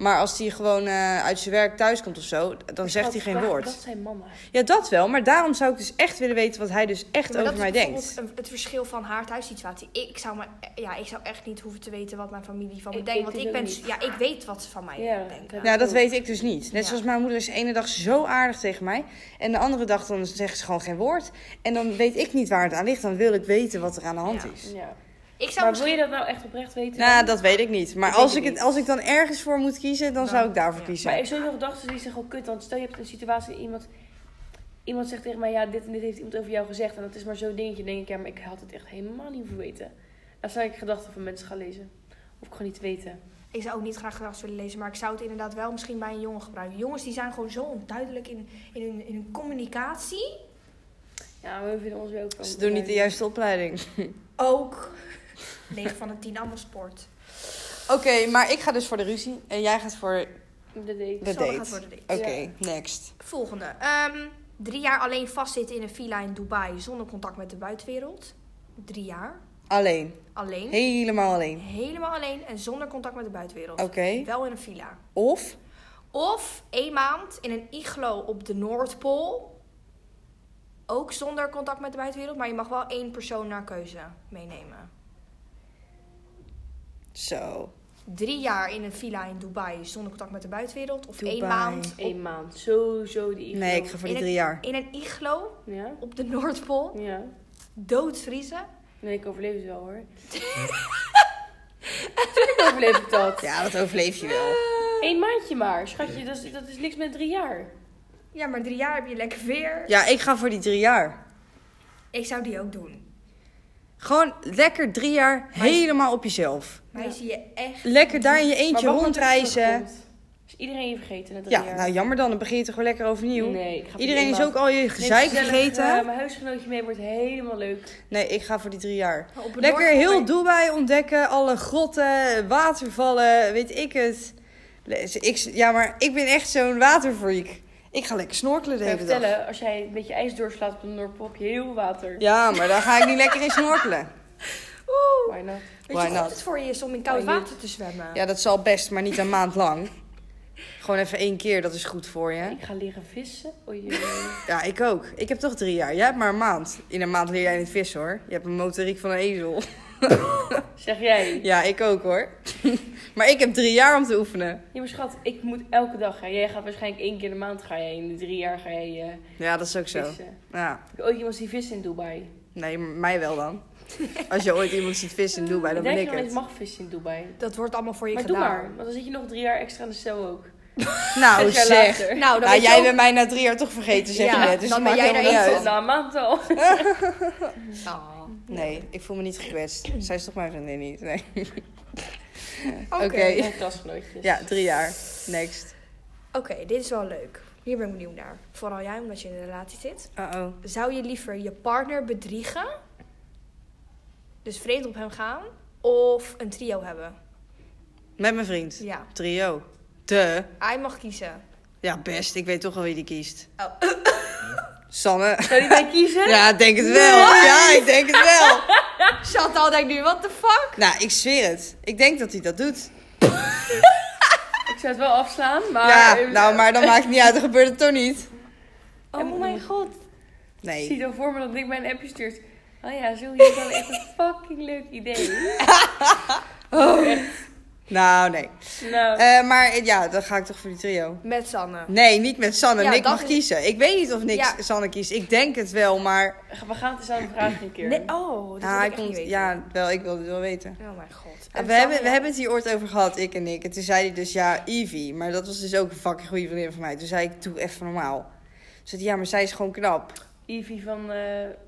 [SPEAKER 1] Maar als hij gewoon eh, uit zijn werk thuis komt of zo, dan zegt hij geen woord.
[SPEAKER 3] Dat zijn mannen.
[SPEAKER 1] Ja, dat wel. Maar daarom zou ik dus echt willen weten wat hij dus echt
[SPEAKER 2] Maar
[SPEAKER 1] over
[SPEAKER 2] dat
[SPEAKER 1] mij
[SPEAKER 2] is
[SPEAKER 1] denkt.
[SPEAKER 2] bijvoorbeeld een- Het verschil van haar thuissituatie. Ik zou, maar, ja, ik zou echt niet hoeven te weten wat mijn familie van me
[SPEAKER 3] Ik-
[SPEAKER 2] denkt.
[SPEAKER 3] ik
[SPEAKER 2] Want
[SPEAKER 3] dus
[SPEAKER 2] ik,
[SPEAKER 3] ook
[SPEAKER 2] ben,
[SPEAKER 3] niet.
[SPEAKER 2] ja, ik weet wat ze van mij
[SPEAKER 3] Ja,
[SPEAKER 2] denken.
[SPEAKER 3] dat-
[SPEAKER 1] Nou, dat weet ik dus niet. Net
[SPEAKER 2] Ja.
[SPEAKER 1] zoals mijn moeder is de ene dag zo aardig tegen mij. En de andere dag dan zegt ze gewoon geen woord. En dan weet ik niet waar het aan ligt. Dan wil ik weten wat er aan de hand
[SPEAKER 2] Ja.
[SPEAKER 1] is.
[SPEAKER 3] Ja.
[SPEAKER 2] Ik zou
[SPEAKER 3] Maar wil
[SPEAKER 2] misschien-
[SPEAKER 3] je dat nou echt oprecht weten?
[SPEAKER 1] Nou, dat weet ik niet. Maar
[SPEAKER 3] Dat weet
[SPEAKER 1] als
[SPEAKER 3] ik
[SPEAKER 1] ik, het,
[SPEAKER 3] niet.
[SPEAKER 1] als ik dan ergens voor moet kiezen, dan
[SPEAKER 2] Dan-
[SPEAKER 1] zou ik daarvoor
[SPEAKER 2] ja.
[SPEAKER 1] kiezen.
[SPEAKER 3] Maar er zijn wel gedachten die zijn gewoon kut. Want stel je hebt een situatie en iemand, iemand zegt tegen mij, ja, dit en dit heeft iemand over jou gezegd. En dat is maar zo'n dingetje. Dan denk ik, ja, maar ik had het echt helemaal niet hoeven weten. Dan zou ik gedachten van mensen gaan lezen. Of ik gewoon niet weten.
[SPEAKER 2] Ik zou ook niet graag gedrags willen lezen, maar ik zou het inderdaad wel misschien bij een jongen gebruiken. Jongens die zijn gewoon zo onduidelijk in, in, hun, in hun communicatie.
[SPEAKER 3] Ja, we vinden ons weer ook...
[SPEAKER 1] Ze doen Dus niet de juiste opleiding.
[SPEAKER 2] Ook 9 van de 10 allemaal sport.
[SPEAKER 1] Oké, maar ik ga dus voor de ruzie. En jij gaat voor
[SPEAKER 3] De date.
[SPEAKER 1] de
[SPEAKER 2] Sanne
[SPEAKER 1] date.
[SPEAKER 2] gaat voor de date.
[SPEAKER 1] Oké,
[SPEAKER 3] Ja.
[SPEAKER 1] next.
[SPEAKER 2] Volgende. Ehm, drie jaar alleen vastzitten in een villa in Dubai zonder contact met de buitenwereld. Drie jaar.
[SPEAKER 1] Alleen.
[SPEAKER 2] Alleen.
[SPEAKER 1] Helemaal alleen.
[SPEAKER 2] Helemaal alleen en zonder contact met de buitenwereld.
[SPEAKER 1] Oké.
[SPEAKER 2] Wel in een villa.
[SPEAKER 1] Of?
[SPEAKER 2] Of één maand in een iglo op de Noordpool. Ook zonder contact met de buitenwereld, maar je mag wel één persoon naar keuze meenemen.
[SPEAKER 1] Zo.
[SPEAKER 2] Drie jaar in een villa in Dubai zonder contact met de buitenwereld. Of één
[SPEAKER 1] Dubai.
[SPEAKER 2] maand op-
[SPEAKER 3] Eén maand. Sowieso die
[SPEAKER 1] Nee, ik ga voor die drie jaar.
[SPEAKER 2] in een iglo
[SPEAKER 3] Ja?
[SPEAKER 2] op de Noordpool.
[SPEAKER 3] Ja.
[SPEAKER 2] Doodvriezen.
[SPEAKER 3] Nee, ik overleef het wel hoor. ik overleef ik dat.
[SPEAKER 1] Ja, dat overleef je wel.
[SPEAKER 3] Eén maandje maar, schatje. Dat is, dat is niks met drie jaar.
[SPEAKER 2] Ja, maar drie jaar heb je lekker weer.
[SPEAKER 1] Ja, ik ga voor die drie jaar.
[SPEAKER 2] Ik zou die ook doen.
[SPEAKER 1] Gewoon lekker drie jaar helemaal op jezelf.
[SPEAKER 2] Maar je zie je echt...
[SPEAKER 1] Lekker daar in je eentje
[SPEAKER 3] Maar wacht tot het
[SPEAKER 1] rondreizen.
[SPEAKER 3] terugkomt. Is iedereen je vergeten na drie
[SPEAKER 1] Ja,
[SPEAKER 3] jaar?
[SPEAKER 1] nou jammer dan. Dan begin je toch wel lekker overnieuw.
[SPEAKER 3] Nee, ik ga voor
[SPEAKER 1] Iedereen
[SPEAKER 3] die
[SPEAKER 1] is
[SPEAKER 3] één
[SPEAKER 1] ook al je
[SPEAKER 3] maand.
[SPEAKER 1] gezeik
[SPEAKER 3] Neem gezellig,
[SPEAKER 1] vergeten.
[SPEAKER 3] eh, mijn huisgenootje mee wordt helemaal leuk.
[SPEAKER 1] Nee, ik ga voor die drie
[SPEAKER 3] Oh,
[SPEAKER 1] jaar.
[SPEAKER 2] Op een
[SPEAKER 1] Lekker
[SPEAKER 2] Noordpool
[SPEAKER 1] heel
[SPEAKER 2] ben-
[SPEAKER 1] Dubai ontdekken. Alle grotten, watervallen, weet ik het. Le- Ik, ja, maar ik ben echt zo'n waterfreak. Ik ga lekker snorkelen de
[SPEAKER 3] Ik kan je
[SPEAKER 1] hele dag.
[SPEAKER 3] vertellen, als jij een beetje ijs doorslaat op de Noordpool, heb je heel veel water.
[SPEAKER 1] Ja, maar daar ga ik niet lekker in snorkelen.
[SPEAKER 2] Oeh.
[SPEAKER 3] Why not?
[SPEAKER 2] Weet
[SPEAKER 1] Why
[SPEAKER 2] je hoe
[SPEAKER 1] not?
[SPEAKER 2] goed het voor je is om in koud
[SPEAKER 3] Why not?
[SPEAKER 2] water te zwemmen?
[SPEAKER 1] Ja, dat zal best, maar niet een maand lang. Gewoon even één keer, dat is goed voor je.
[SPEAKER 3] Ik ga leren vissen. Oei, oei, oei.
[SPEAKER 1] Ja, ik ook. Ik heb toch drie jaar. Jij hebt maar een maand. In een maand leer jij niet vissen hoor. Je hebt een motoriek van een ezel.
[SPEAKER 3] zeg jij.
[SPEAKER 1] Ja, ik ook hoor. maar ik heb drie jaar om te oefenen.
[SPEAKER 3] Ja, maar schat, ik moet elke dag. Hè. Jij gaat waarschijnlijk één keer in de maand ga jij. In de drie jaar ga jij eh,
[SPEAKER 1] Ja, dat is ook zo.
[SPEAKER 3] vissen.
[SPEAKER 1] Ja,
[SPEAKER 3] Heb je ooit iemand die vissen in Dubai?
[SPEAKER 1] nee, m- mij wel dan. Als je ooit iemand ziet vissen in Dubai, dan
[SPEAKER 3] denk
[SPEAKER 1] ben
[SPEAKER 3] je
[SPEAKER 1] ik
[SPEAKER 3] nog eens
[SPEAKER 1] het.
[SPEAKER 3] mag vissen in Dubai.
[SPEAKER 2] Dat wordt allemaal voor je
[SPEAKER 3] Maar doe
[SPEAKER 2] gedaan.
[SPEAKER 3] maar, want dan zit je nog drie jaar extra in de cel ook.
[SPEAKER 1] Nou
[SPEAKER 3] Zes jaar
[SPEAKER 1] zeg.
[SPEAKER 3] later.
[SPEAKER 2] Nou, dan
[SPEAKER 1] Nou,
[SPEAKER 2] weet je
[SPEAKER 1] jij
[SPEAKER 2] ook-
[SPEAKER 1] bent mij na drie jaar toch vergeten, zeg
[SPEAKER 2] Ja,
[SPEAKER 1] je net. Dus
[SPEAKER 2] dan
[SPEAKER 1] dat
[SPEAKER 2] ben
[SPEAKER 1] maakt
[SPEAKER 2] jij
[SPEAKER 1] helemaal niet
[SPEAKER 2] er
[SPEAKER 1] uit.
[SPEAKER 2] één van.
[SPEAKER 3] Na een maand al.
[SPEAKER 2] Oh.
[SPEAKER 1] Nee, ik voel me niet gekwetst. Zij is toch mijn vriendin niet? Nee. Oké.
[SPEAKER 2] Oké.
[SPEAKER 3] Ja, klasgenootjes.
[SPEAKER 1] Ja, drie jaar. Next.
[SPEAKER 2] Oké, dit is wel leuk. Hier ben ik benieuwd naar. Vooral jij, omdat je in een relatie zit.
[SPEAKER 1] Uh-oh.
[SPEAKER 2] Zou je liever je partner bedriegen? Dus vreemd op hem gaan? Of een trio hebben?
[SPEAKER 1] Met mijn vriend.
[SPEAKER 2] Ja,
[SPEAKER 1] Trio. De.
[SPEAKER 2] hij mag kiezen.
[SPEAKER 1] Ja, best. Ik weet toch al wie die kiest.
[SPEAKER 2] Oh.
[SPEAKER 1] Sanne.
[SPEAKER 3] Zou je mij kiezen?
[SPEAKER 1] Ja, ik denk het wel. Ja, ik denk het wel.
[SPEAKER 2] Chantal denkt nu, what the fuck?
[SPEAKER 1] Nou, ik zweer het. Ik denk dat hij dat doet.
[SPEAKER 3] Ik zou het wel afslaan,
[SPEAKER 2] Ah,
[SPEAKER 3] maar...
[SPEAKER 1] Ja, nou, maar dan maakt het niet uit. Dan gebeurt het toch niet.
[SPEAKER 2] Oh mijn god.
[SPEAKER 3] Ik
[SPEAKER 1] Nee.
[SPEAKER 3] zie dan voor me dat Nick mij een appje stuurt. Oh ja, zo is dan echt een fucking leuk idee. Echt.
[SPEAKER 1] Nou, nee.
[SPEAKER 3] Nou,
[SPEAKER 1] Eh, maar eh, ja, dan ga ik toch voor die trio.
[SPEAKER 2] Met Sanne.
[SPEAKER 1] Nee, niet met Sanne.
[SPEAKER 2] Ja,
[SPEAKER 1] Nick
[SPEAKER 2] dat
[SPEAKER 1] mag
[SPEAKER 2] is-
[SPEAKER 1] kiezen. Ik weet niet of Nick
[SPEAKER 2] Ja.
[SPEAKER 1] Sanne kiest. Ik denk het wel, maar...
[SPEAKER 3] we gaan het eens aan vragen een keer.
[SPEAKER 2] Nee, oh, dat
[SPEAKER 1] Ah,
[SPEAKER 2] wil ik
[SPEAKER 1] ik
[SPEAKER 2] echt niet
[SPEAKER 1] vond-
[SPEAKER 2] weten.
[SPEAKER 1] ja, wel, ik wilde het wel weten.
[SPEAKER 2] Oh mijn god.
[SPEAKER 1] Ja,
[SPEAKER 2] En
[SPEAKER 1] we, hebben,
[SPEAKER 2] Sanne-
[SPEAKER 1] we hebben het hier ooit over gehad, ik en Nick. En toen zei hij dus, ja, Ivy. Maar dat was dus ook een fucking goede vriendin van mij. Toen zei ik, doe even normaal. Toen zei hij, ja, maar zij is gewoon knap.
[SPEAKER 3] Ivy van eh,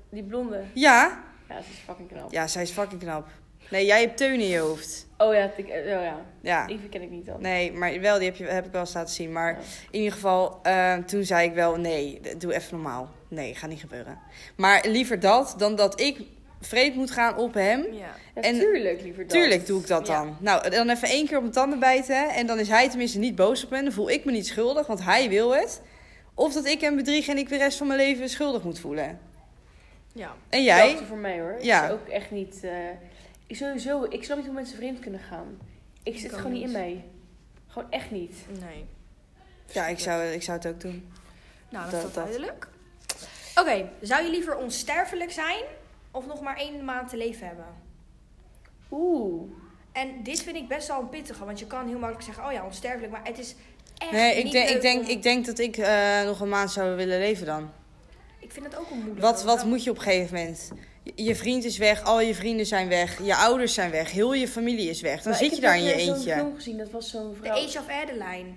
[SPEAKER 3] die blonde.
[SPEAKER 1] Ja?
[SPEAKER 3] Ja, ze is fucking knap.
[SPEAKER 1] Ja, zij is fucking knap. Nee, jij hebt Teun in je hoofd.
[SPEAKER 3] Oh ja, ik, eh, oh, ja.
[SPEAKER 1] Ja.
[SPEAKER 3] Ivy ken ik niet dan.
[SPEAKER 1] Nee, maar wel, die heb, je, heb ik wel eens laten zien. Maar
[SPEAKER 3] Ja.
[SPEAKER 1] in ieder geval, eh, toen zei ik wel, nee, d- doe even normaal. Nee, gaat niet gebeuren. Maar liever dat, dan dat ik vreed moet gaan op hem.
[SPEAKER 2] Ja.
[SPEAKER 3] Ja,
[SPEAKER 1] En-
[SPEAKER 3] tuurlijk, liever dat.
[SPEAKER 1] Tuurlijk doe ik dat
[SPEAKER 2] Ja.
[SPEAKER 1] dan. Nou, dan even één keer op mijn tanden bijten. En dan is hij tenminste niet boos op me. Dan voel ik me niet schuldig, want hij wil het. Of dat ik hem bedrieg en ik de rest van mijn leven schuldig moet voelen.
[SPEAKER 2] ja.
[SPEAKER 1] En
[SPEAKER 3] Jij?
[SPEAKER 1] jij?
[SPEAKER 3] voor mij hoor.
[SPEAKER 1] Ja.
[SPEAKER 3] Ja. Is ook echt niet. eh, ik sowieso, ik snap niet hoe mensen vreemd kunnen gaan. Ik zit
[SPEAKER 2] ook
[SPEAKER 3] gewoon niet in
[SPEAKER 2] niet.
[SPEAKER 3] mij. Gewoon echt niet.
[SPEAKER 2] Nee.
[SPEAKER 1] Ja, ik zou, ik zou het ook doen.
[SPEAKER 2] Nou, dat
[SPEAKER 1] Dat-
[SPEAKER 2] is dat
[SPEAKER 1] dat.
[SPEAKER 2] duidelijk. Oké, zou je liever onsterfelijk zijn of nog maar één maand te leven hebben?
[SPEAKER 3] Oeh.
[SPEAKER 2] En dit vind ik best wel een pittige, want je kan heel makkelijk zeggen, oh ja, onsterfelijk, maar het is echt
[SPEAKER 1] Nee, ik
[SPEAKER 2] niet
[SPEAKER 1] denk,
[SPEAKER 2] leuk
[SPEAKER 1] ik denk,
[SPEAKER 2] om-
[SPEAKER 1] ik denk dat ik eh, nog een maand zou willen leven dan.
[SPEAKER 2] Ik vind het ook een moeilijke.
[SPEAKER 1] Wat, wat moet je op een gegeven moment? Je, je vriend is weg, al je vrienden zijn weg, je ouders zijn weg, heel je familie is weg. Dan
[SPEAKER 3] Maar ik
[SPEAKER 1] zit je
[SPEAKER 3] heb
[SPEAKER 1] daar in
[SPEAKER 3] net
[SPEAKER 1] je
[SPEAKER 3] weer zo'n
[SPEAKER 1] eentje.
[SPEAKER 3] film gezien, dat was zo'n
[SPEAKER 2] De
[SPEAKER 3] vrouw.
[SPEAKER 2] Age of Adeline.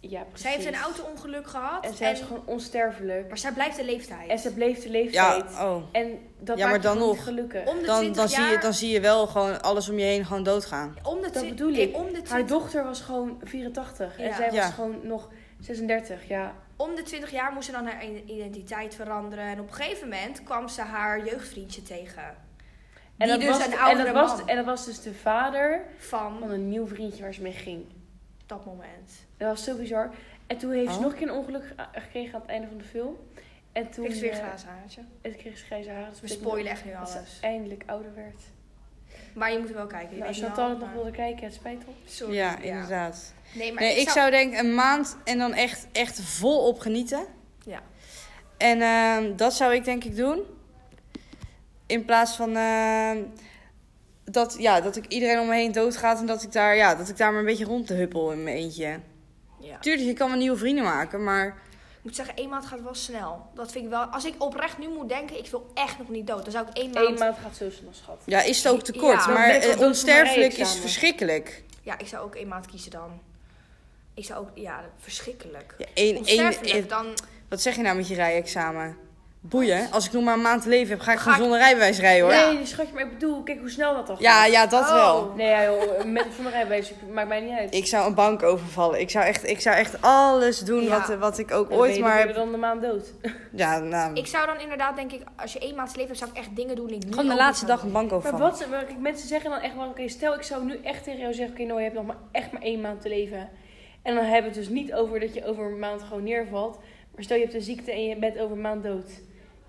[SPEAKER 3] Ja, precies.
[SPEAKER 2] Zij heeft een auto-ongeluk gehad.
[SPEAKER 3] En zij is gewoon onsterfelijk.
[SPEAKER 2] Maar zij blijft de leeftijd.
[SPEAKER 3] En ze bleef de leeftijd.
[SPEAKER 1] Ja, oh.
[SPEAKER 3] En dat
[SPEAKER 1] Ja, maar
[SPEAKER 3] maakt je
[SPEAKER 1] dan
[SPEAKER 3] gewoon
[SPEAKER 1] nog.
[SPEAKER 3] niet gelukkig.
[SPEAKER 2] om de
[SPEAKER 1] Dan,
[SPEAKER 2] 20
[SPEAKER 1] dan, zie
[SPEAKER 2] jaar...
[SPEAKER 1] je, dan zie je wel gewoon alles om je heen gewoon doodgaan.
[SPEAKER 2] om de
[SPEAKER 3] Dat
[SPEAKER 2] twi-
[SPEAKER 3] bedoel
[SPEAKER 2] nee,
[SPEAKER 3] ik.
[SPEAKER 2] Om de,
[SPEAKER 3] Haar
[SPEAKER 2] 20,
[SPEAKER 3] dochter was gewoon 84
[SPEAKER 2] Ja.
[SPEAKER 3] en zij was
[SPEAKER 1] Ja.
[SPEAKER 3] gewoon nog 36, ja.
[SPEAKER 2] om de 20 jaar moest ze dan haar i- identiteit veranderen. En op een gegeven moment kwam ze haar jeugdvriendje tegen. Die
[SPEAKER 3] En dat,
[SPEAKER 2] dus
[SPEAKER 3] was,
[SPEAKER 2] een
[SPEAKER 3] en,
[SPEAKER 2] oudere
[SPEAKER 3] dat was,
[SPEAKER 2] man.
[SPEAKER 3] en dat was dus de vader van
[SPEAKER 2] Van
[SPEAKER 3] een nieuw vriendje waar ze mee ging.
[SPEAKER 2] dat moment.
[SPEAKER 3] Dat was zo bizar. En toen heeft ze
[SPEAKER 1] Oh.
[SPEAKER 3] nog een keer een ongeluk ge- gekregen aan het einde van de film. En toen
[SPEAKER 2] Ik weer
[SPEAKER 3] eh,
[SPEAKER 2] glazen haartje.
[SPEAKER 3] en toen kreeg ze grijze haren. Dat
[SPEAKER 2] We
[SPEAKER 3] betekende
[SPEAKER 2] spoilen echt nu
[SPEAKER 3] dat ze
[SPEAKER 2] alles.
[SPEAKER 3] eindelijk ouder werd.
[SPEAKER 2] Maar je moet wel kijken. Je
[SPEAKER 3] Nou, als
[SPEAKER 2] weet niet
[SPEAKER 3] Chantal het
[SPEAKER 2] alles,
[SPEAKER 3] nog
[SPEAKER 2] maar-
[SPEAKER 3] wilde kijken, het spijt ons.
[SPEAKER 2] Sorry.
[SPEAKER 1] ja, inderdaad.
[SPEAKER 2] Nee, maar
[SPEAKER 1] nee,
[SPEAKER 2] ik, zou...
[SPEAKER 1] denk een maand en dan echt, echt vol op genieten.
[SPEAKER 2] Ja.
[SPEAKER 1] En ehm, dat zou ik denk ik doen. In plaats van ehm, dat, ja, dat ik iedereen om me heen doodgaat en dat ik daar, ja, dat ik daar maar een beetje rond te huppel in mijn eentje.
[SPEAKER 2] Ja.
[SPEAKER 1] Tuurlijk, je kan wel nieuwe vrienden maken, maar
[SPEAKER 2] Ik moet zeggen, één maand gaat wel snel. Dat vind ik wel... Als ik oprecht nu moet denken, ik wil echt nog niet dood. Dan zou ik één maand...
[SPEAKER 3] Eén maand gaat zo snel, schat.
[SPEAKER 1] ja, is het ook te kort.
[SPEAKER 2] Ja.
[SPEAKER 1] maar
[SPEAKER 3] Net als
[SPEAKER 1] eh,
[SPEAKER 3] dat
[SPEAKER 1] onsterfelijk is
[SPEAKER 3] Marie-examen.
[SPEAKER 1] verschrikkelijk.
[SPEAKER 2] Ja, ik zou ook één maand kiezen dan. Ik zou ook... Ja, verschrikkelijk.
[SPEAKER 1] Ja, één, één,
[SPEAKER 2] Onsterfelijk,
[SPEAKER 1] eh,
[SPEAKER 2] dan...
[SPEAKER 1] wat zeg je nou met je rijexamen? Boeien, als ik nog maar een maand te leven heb, ga ik
[SPEAKER 2] Ga
[SPEAKER 1] gewoon
[SPEAKER 2] ik-
[SPEAKER 1] zonder rijbewijs rijden hoor.
[SPEAKER 3] Nee, schatje, maar ik bedoel, kijk hoe snel dat dan
[SPEAKER 1] Ja,
[SPEAKER 3] gaat.
[SPEAKER 1] ja, dat
[SPEAKER 2] Oh.
[SPEAKER 1] wel.
[SPEAKER 3] Nee, ja, joh, met of zonder rijbewijs, maakt mij niet uit.
[SPEAKER 1] Ik zou een bank overvallen. Ik zou echt, ik zou echt alles doen
[SPEAKER 2] Ja.
[SPEAKER 1] wat, wat ik ook
[SPEAKER 3] Dan ben
[SPEAKER 1] ooit
[SPEAKER 3] je-
[SPEAKER 1] maar
[SPEAKER 3] Dan ben je
[SPEAKER 1] heb.
[SPEAKER 3] dan de maand dood.
[SPEAKER 1] Ja, nou,
[SPEAKER 2] Ik zou dan inderdaad, denk ik, als je één maand leven hebt, zou ik echt dingen doen die ik nu
[SPEAKER 1] gewoon de
[SPEAKER 2] ook
[SPEAKER 1] laatste
[SPEAKER 2] niet
[SPEAKER 1] dag
[SPEAKER 2] zou
[SPEAKER 1] een bank
[SPEAKER 3] Maar
[SPEAKER 1] overvallen.
[SPEAKER 3] wat, maar kijk, mensen zeggen dan echt wel, oké, stel ik zou nu echt tegen jou zeggen, oké, nou, je hebt nog maar echt maar één maand te leven. En dan hebben we het dus niet over dat je over een maand gewoon neervalt. Maar stel je hebt een ziekte en je bent over een maand dood.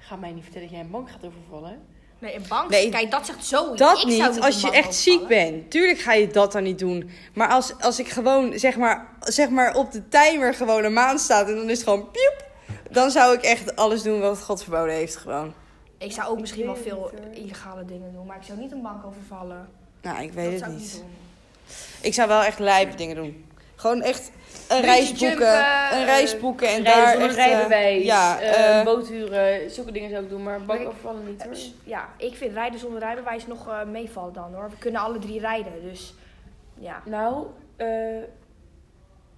[SPEAKER 3] Ga mij niet vertellen dat jij een bank gaat overvallen.
[SPEAKER 2] doen. Nee, een bank.
[SPEAKER 1] Nee,
[SPEAKER 2] kijk, dat zegt zo.
[SPEAKER 1] Dat
[SPEAKER 2] ik
[SPEAKER 1] niet,
[SPEAKER 2] zou niet
[SPEAKER 1] als
[SPEAKER 2] een
[SPEAKER 1] je
[SPEAKER 2] bank
[SPEAKER 1] echt ziek
[SPEAKER 2] overvallen.
[SPEAKER 1] bent. Tuurlijk ga je dat dan niet doen. Maar als, als ik gewoon, zeg maar, zeg maar, op de timer gewoon een maand staat en dan is het gewoon piep. Dan zou ik echt alles doen wat God verboden heeft gewoon.
[SPEAKER 2] Ik zou ook misschien wel
[SPEAKER 3] weet
[SPEAKER 2] veel
[SPEAKER 3] het niet, hoor.
[SPEAKER 2] illegale dingen doen, maar ik zou niet een bank overvallen.
[SPEAKER 1] Nou, ik weet
[SPEAKER 2] dat
[SPEAKER 1] het
[SPEAKER 2] zou ik
[SPEAKER 1] niet.
[SPEAKER 2] doen.
[SPEAKER 1] Ik zou wel echt lijpe dingen doen. Gewoon echt een
[SPEAKER 2] Bungee
[SPEAKER 1] reis boeken.
[SPEAKER 2] jumpen,
[SPEAKER 1] Een reis
[SPEAKER 2] eh,
[SPEAKER 1] boeken en
[SPEAKER 3] Rijden
[SPEAKER 1] daar
[SPEAKER 3] zonder
[SPEAKER 1] echt... eh,
[SPEAKER 3] rijbewijs,
[SPEAKER 1] ja,
[SPEAKER 3] eh,
[SPEAKER 1] eh,
[SPEAKER 3] boothuren, zulke dingen zou ik doen, maar bank
[SPEAKER 2] ik-
[SPEAKER 3] overvallen niet hoor.
[SPEAKER 2] Dus, Ja, ik vind rijden zonder rijbewijs nog eh, meevallen dan hoor. We kunnen alle drie rijden, dus ja.
[SPEAKER 3] Nou, eh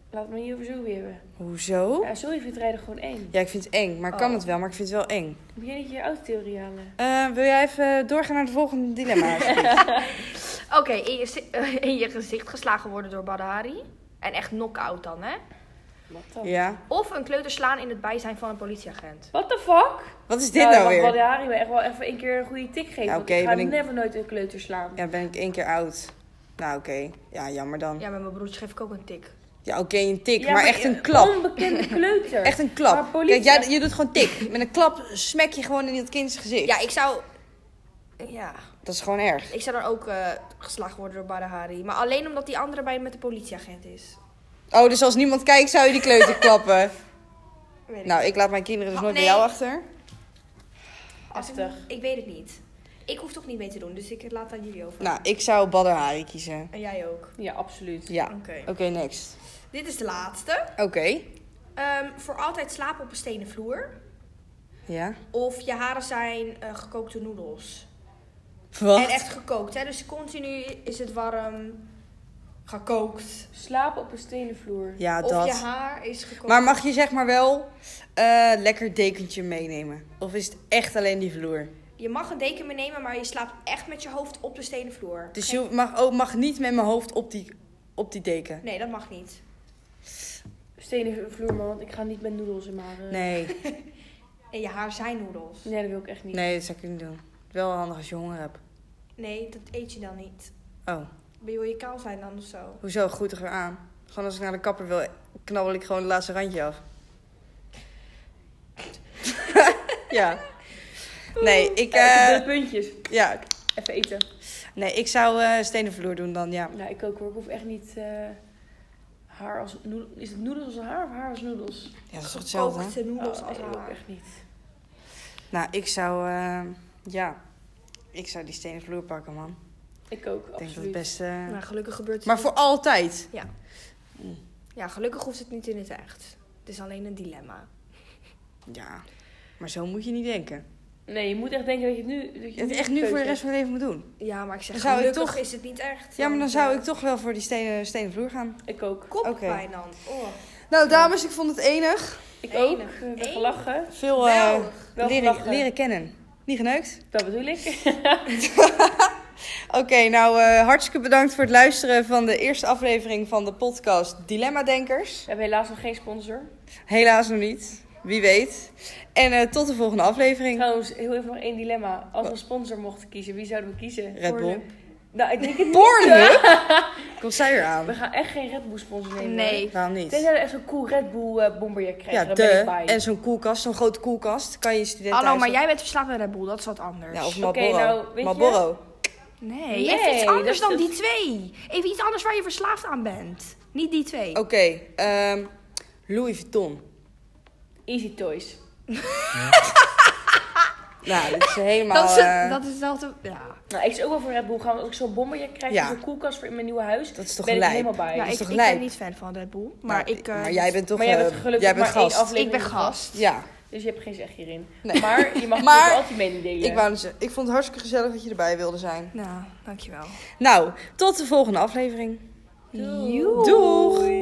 [SPEAKER 3] laat me niet over Zoe hebben.
[SPEAKER 1] hoezo?
[SPEAKER 3] Ja, Zoe vindt rijden gewoon eng.
[SPEAKER 1] Ja, ik vind het eng. Maar kan
[SPEAKER 2] Oh.
[SPEAKER 1] het wel, maar ik vind het wel eng.
[SPEAKER 3] Moet jij niet je autotheorie halen?
[SPEAKER 1] Eh, wil jij even doorgaan naar de volgende dilemma? alsjeblieft?
[SPEAKER 2] Oké, in, je zi- eh, in je gezicht geslagen worden door Badari. En echt knock-out dan, hè?
[SPEAKER 3] Wat dan?
[SPEAKER 1] ja.
[SPEAKER 2] Of een kleuter slaan in het bijzijn van een politieagent.
[SPEAKER 3] What the fuck?
[SPEAKER 1] Wat is dit
[SPEAKER 3] ja,
[SPEAKER 1] nou
[SPEAKER 3] dan mag
[SPEAKER 1] weer?
[SPEAKER 3] Harry me echt wel even een keer een goede tik geven.
[SPEAKER 1] Ja,
[SPEAKER 3] want
[SPEAKER 1] oké,
[SPEAKER 3] ik ga
[SPEAKER 1] ben ik-
[SPEAKER 3] never nooit een kleuter slaan.
[SPEAKER 1] Ja, ben ik één keer oud. Nou, oké. Ja, jammer dan.
[SPEAKER 2] Ja, met mijn broertje geef ik ook een tik.
[SPEAKER 1] Ja, oké, een tik.
[SPEAKER 3] Ja,
[SPEAKER 1] maar echt een klap.
[SPEAKER 3] Onbekende kleuter.
[SPEAKER 1] Echt een klap.
[SPEAKER 3] Maar politie-
[SPEAKER 1] Kijk, jij, je doet gewoon tik. Met een klap smek je gewoon in het kind zijn gezicht.
[SPEAKER 2] Ja, ik zou... Ja,
[SPEAKER 1] Dat is gewoon erg.
[SPEAKER 2] ik zou dan ook eh, geslagen worden door Badahari. Maar alleen omdat die andere bij met de politieagent is.
[SPEAKER 1] Oh, dus als niemand kijkt, zou je die kleuter klappen.
[SPEAKER 2] Weet ik.
[SPEAKER 1] Nou, ik laat mijn kinderen dus
[SPEAKER 2] Oh,
[SPEAKER 1] nooit
[SPEAKER 2] nee.
[SPEAKER 1] bij jou achter.
[SPEAKER 2] Als ik-
[SPEAKER 3] heftig.
[SPEAKER 2] Ik weet het niet. Ik hoef toch niet mee te doen, dus ik laat aan jullie over.
[SPEAKER 1] Nou, ik zou Badr Hari kiezen.
[SPEAKER 2] En jij ook.
[SPEAKER 3] Ja, absoluut.
[SPEAKER 1] Ja.
[SPEAKER 2] Oké.
[SPEAKER 1] Oké, next.
[SPEAKER 2] Dit is de laatste.
[SPEAKER 1] Oké.
[SPEAKER 2] Ehm, voor altijd slapen op een stenen vloer.
[SPEAKER 1] Ja.
[SPEAKER 2] Of je haren zijn eh, gekookte noedels.
[SPEAKER 1] Wat?
[SPEAKER 2] En echt gekookt, hè? Dus continu is het warm. Gekookt.
[SPEAKER 3] Slapen op een stenen vloer.
[SPEAKER 1] Ja,
[SPEAKER 2] Of
[SPEAKER 1] dat.
[SPEAKER 2] je haar is gekookt.
[SPEAKER 1] Maar mag je zeg maar wel eh, lekker dekentje meenemen? Of is het echt alleen die vloer?
[SPEAKER 2] Je mag een deken meenemen, maar je slaapt echt met je hoofd op de stenen vloer.
[SPEAKER 1] Dus je mag, oh, mag niet met mijn hoofd op die, op die deken.
[SPEAKER 2] Nee, dat mag niet.
[SPEAKER 3] Stenen vloer, man, want ik ga niet met noedels in mijn haren.
[SPEAKER 1] Nee,
[SPEAKER 2] En je haar zijn noedels.
[SPEAKER 3] Nee, dat wil ik echt niet.
[SPEAKER 1] nee, dat zou ik niet doen. Wel handig als je honger hebt.
[SPEAKER 2] Nee, dat eet je dan niet.
[SPEAKER 1] Oh,
[SPEAKER 2] Wil je kaal zijn dan of zo?
[SPEAKER 1] hoezo? Goed er weer aan. Gewoon als ik naar de kapper wil, knabbel ik gewoon het laatste randje af. ja. Nee, ik,
[SPEAKER 3] Eh,
[SPEAKER 1] eh,
[SPEAKER 3] de puntjes.
[SPEAKER 1] ja.
[SPEAKER 3] Even eten.
[SPEAKER 1] nee, ik zou eh stenen vloer doen dan, ja.
[SPEAKER 3] Nou, ik ook hoor. Ik hoef echt niet eh, haar als noedel- Is het noedels als haar of haar als noedels?
[SPEAKER 1] Ja, dat is toch hetzelfde?
[SPEAKER 2] Gekookte noedels
[SPEAKER 3] Oh,
[SPEAKER 2] als
[SPEAKER 3] nee, ook
[SPEAKER 2] haar.
[SPEAKER 3] echt niet.
[SPEAKER 1] Nou, ik zou... eh, ja, ik zou die stenen vloer pakken, man.
[SPEAKER 3] Ik ook,
[SPEAKER 1] Ik denk dat
[SPEAKER 3] absoluut.
[SPEAKER 1] het best... eh,
[SPEAKER 2] Nou, gelukkig gebeurt het
[SPEAKER 1] Maar
[SPEAKER 2] niet.
[SPEAKER 1] voor altijd.
[SPEAKER 2] Ja, gelukkig hoeft het niet in het echt. Het is alleen een dilemma.
[SPEAKER 1] Ja, maar zo moet je niet denken.
[SPEAKER 3] Nee, je moet echt denken dat je het nu... Dat
[SPEAKER 1] Je
[SPEAKER 3] je
[SPEAKER 1] het echt nu voor de rest van je leven moet doen.
[SPEAKER 2] Ja, maar ik zeg,
[SPEAKER 1] Dan zou ik
[SPEAKER 2] gelukkig
[SPEAKER 1] toch-
[SPEAKER 2] is het niet
[SPEAKER 1] Ja,
[SPEAKER 2] echt.
[SPEAKER 1] maar dan
[SPEAKER 2] want,
[SPEAKER 1] zou
[SPEAKER 2] eh,
[SPEAKER 1] ik toch wel voor die stenen, stenen vloer gaan.
[SPEAKER 3] Ik ook.
[SPEAKER 2] Koppijn dan. Oh.
[SPEAKER 1] Nou, dames, ik vond het enig.
[SPEAKER 3] Ik ook.
[SPEAKER 2] Enig.
[SPEAKER 3] Ik
[SPEAKER 2] Enig.
[SPEAKER 3] ben gelachen.
[SPEAKER 1] Veel eh,
[SPEAKER 2] Wel.
[SPEAKER 3] Wel
[SPEAKER 1] leren,
[SPEAKER 3] gelachen.
[SPEAKER 1] leren kennen. Niet geneukt?
[SPEAKER 3] Dat bedoel ik.
[SPEAKER 1] Oké, nou eh, hartstikke bedankt voor het luisteren van de eerste aflevering van de podcast Dilemma Denkers.
[SPEAKER 3] We hebben helaas nog geen sponsor.
[SPEAKER 1] Helaas nog niet, wie weet. En eh, tot de volgende aflevering.
[SPEAKER 3] Trouwens, heel even nog één dilemma. Als we een sponsor mochten kiezen, wie zouden we kiezen?
[SPEAKER 1] Red Bull.
[SPEAKER 3] Nou, ik denk het niet.
[SPEAKER 1] Pornhub? Komt zij weer
[SPEAKER 3] We
[SPEAKER 1] aan?
[SPEAKER 3] gaan echt geen Red Bull sponsor nemen.
[SPEAKER 2] Nee.
[SPEAKER 1] Waarom niet?
[SPEAKER 3] Tenzij we echt zo'n cool Red Bull eh, bomberjack krijgen.
[SPEAKER 1] Ja,
[SPEAKER 3] dan ben ik
[SPEAKER 1] de.
[SPEAKER 3] bij.
[SPEAKER 1] En zo'n koelkast, zo'n grote koelkast. Kan je studenten
[SPEAKER 2] Hallo,
[SPEAKER 1] thuis
[SPEAKER 2] maar
[SPEAKER 1] op-
[SPEAKER 2] jij bent verslaafd aan Red Bull. Dat is wat anders.
[SPEAKER 1] Ja, of
[SPEAKER 3] Oké,
[SPEAKER 1] Marlboro.
[SPEAKER 3] nou, weet je?
[SPEAKER 1] Marlboro.
[SPEAKER 2] Nee,
[SPEAKER 3] Nee,
[SPEAKER 2] even iets
[SPEAKER 3] dat-
[SPEAKER 2] anders dan
[SPEAKER 3] dat-
[SPEAKER 2] die twee. Even iets anders waar je verslaafd aan bent. Niet die twee.
[SPEAKER 1] Oké, ehm, Louis Vuitton.
[SPEAKER 3] Easy Toys.
[SPEAKER 1] Nou, dit is helemaal...
[SPEAKER 2] dat, is het-
[SPEAKER 1] eh,
[SPEAKER 2] dat is hetzelfde. Ja.
[SPEAKER 3] Nou, ik zou ook wel voor Red Bull gaan. Als ik zo'n bomberjack krijg,
[SPEAKER 1] Ja.
[SPEAKER 3] zo'n koelkast voor in mijn nieuwe huis,
[SPEAKER 1] Dat is toch
[SPEAKER 3] ben ik
[SPEAKER 1] lijp. Nou,
[SPEAKER 3] helemaal bij.
[SPEAKER 2] Ja,
[SPEAKER 1] is
[SPEAKER 2] ik,
[SPEAKER 1] toch
[SPEAKER 2] ik
[SPEAKER 1] lijp?
[SPEAKER 2] ben niet fan van Red Bull. Maar
[SPEAKER 1] nou,
[SPEAKER 2] ik... eh,
[SPEAKER 1] maar jij bent toch...
[SPEAKER 3] maar jij bent
[SPEAKER 1] eh,
[SPEAKER 3] gelukkig
[SPEAKER 1] jij bent
[SPEAKER 3] maar
[SPEAKER 1] gast.
[SPEAKER 3] één aflevering.
[SPEAKER 2] ik ben gast.
[SPEAKER 1] Ja.
[SPEAKER 3] Dus je hebt geen zeg hierin.
[SPEAKER 1] Nee.
[SPEAKER 3] Maar je mag
[SPEAKER 1] Maar-
[SPEAKER 3] natuurlijk altijd je mening delen.
[SPEAKER 1] Ik, wou, net zeggen, ik vond het hartstikke gezellig dat je erbij wilde zijn.
[SPEAKER 2] Nou, dankjewel.
[SPEAKER 1] Nou, tot de volgende aflevering.
[SPEAKER 2] Joe.
[SPEAKER 1] Doeg!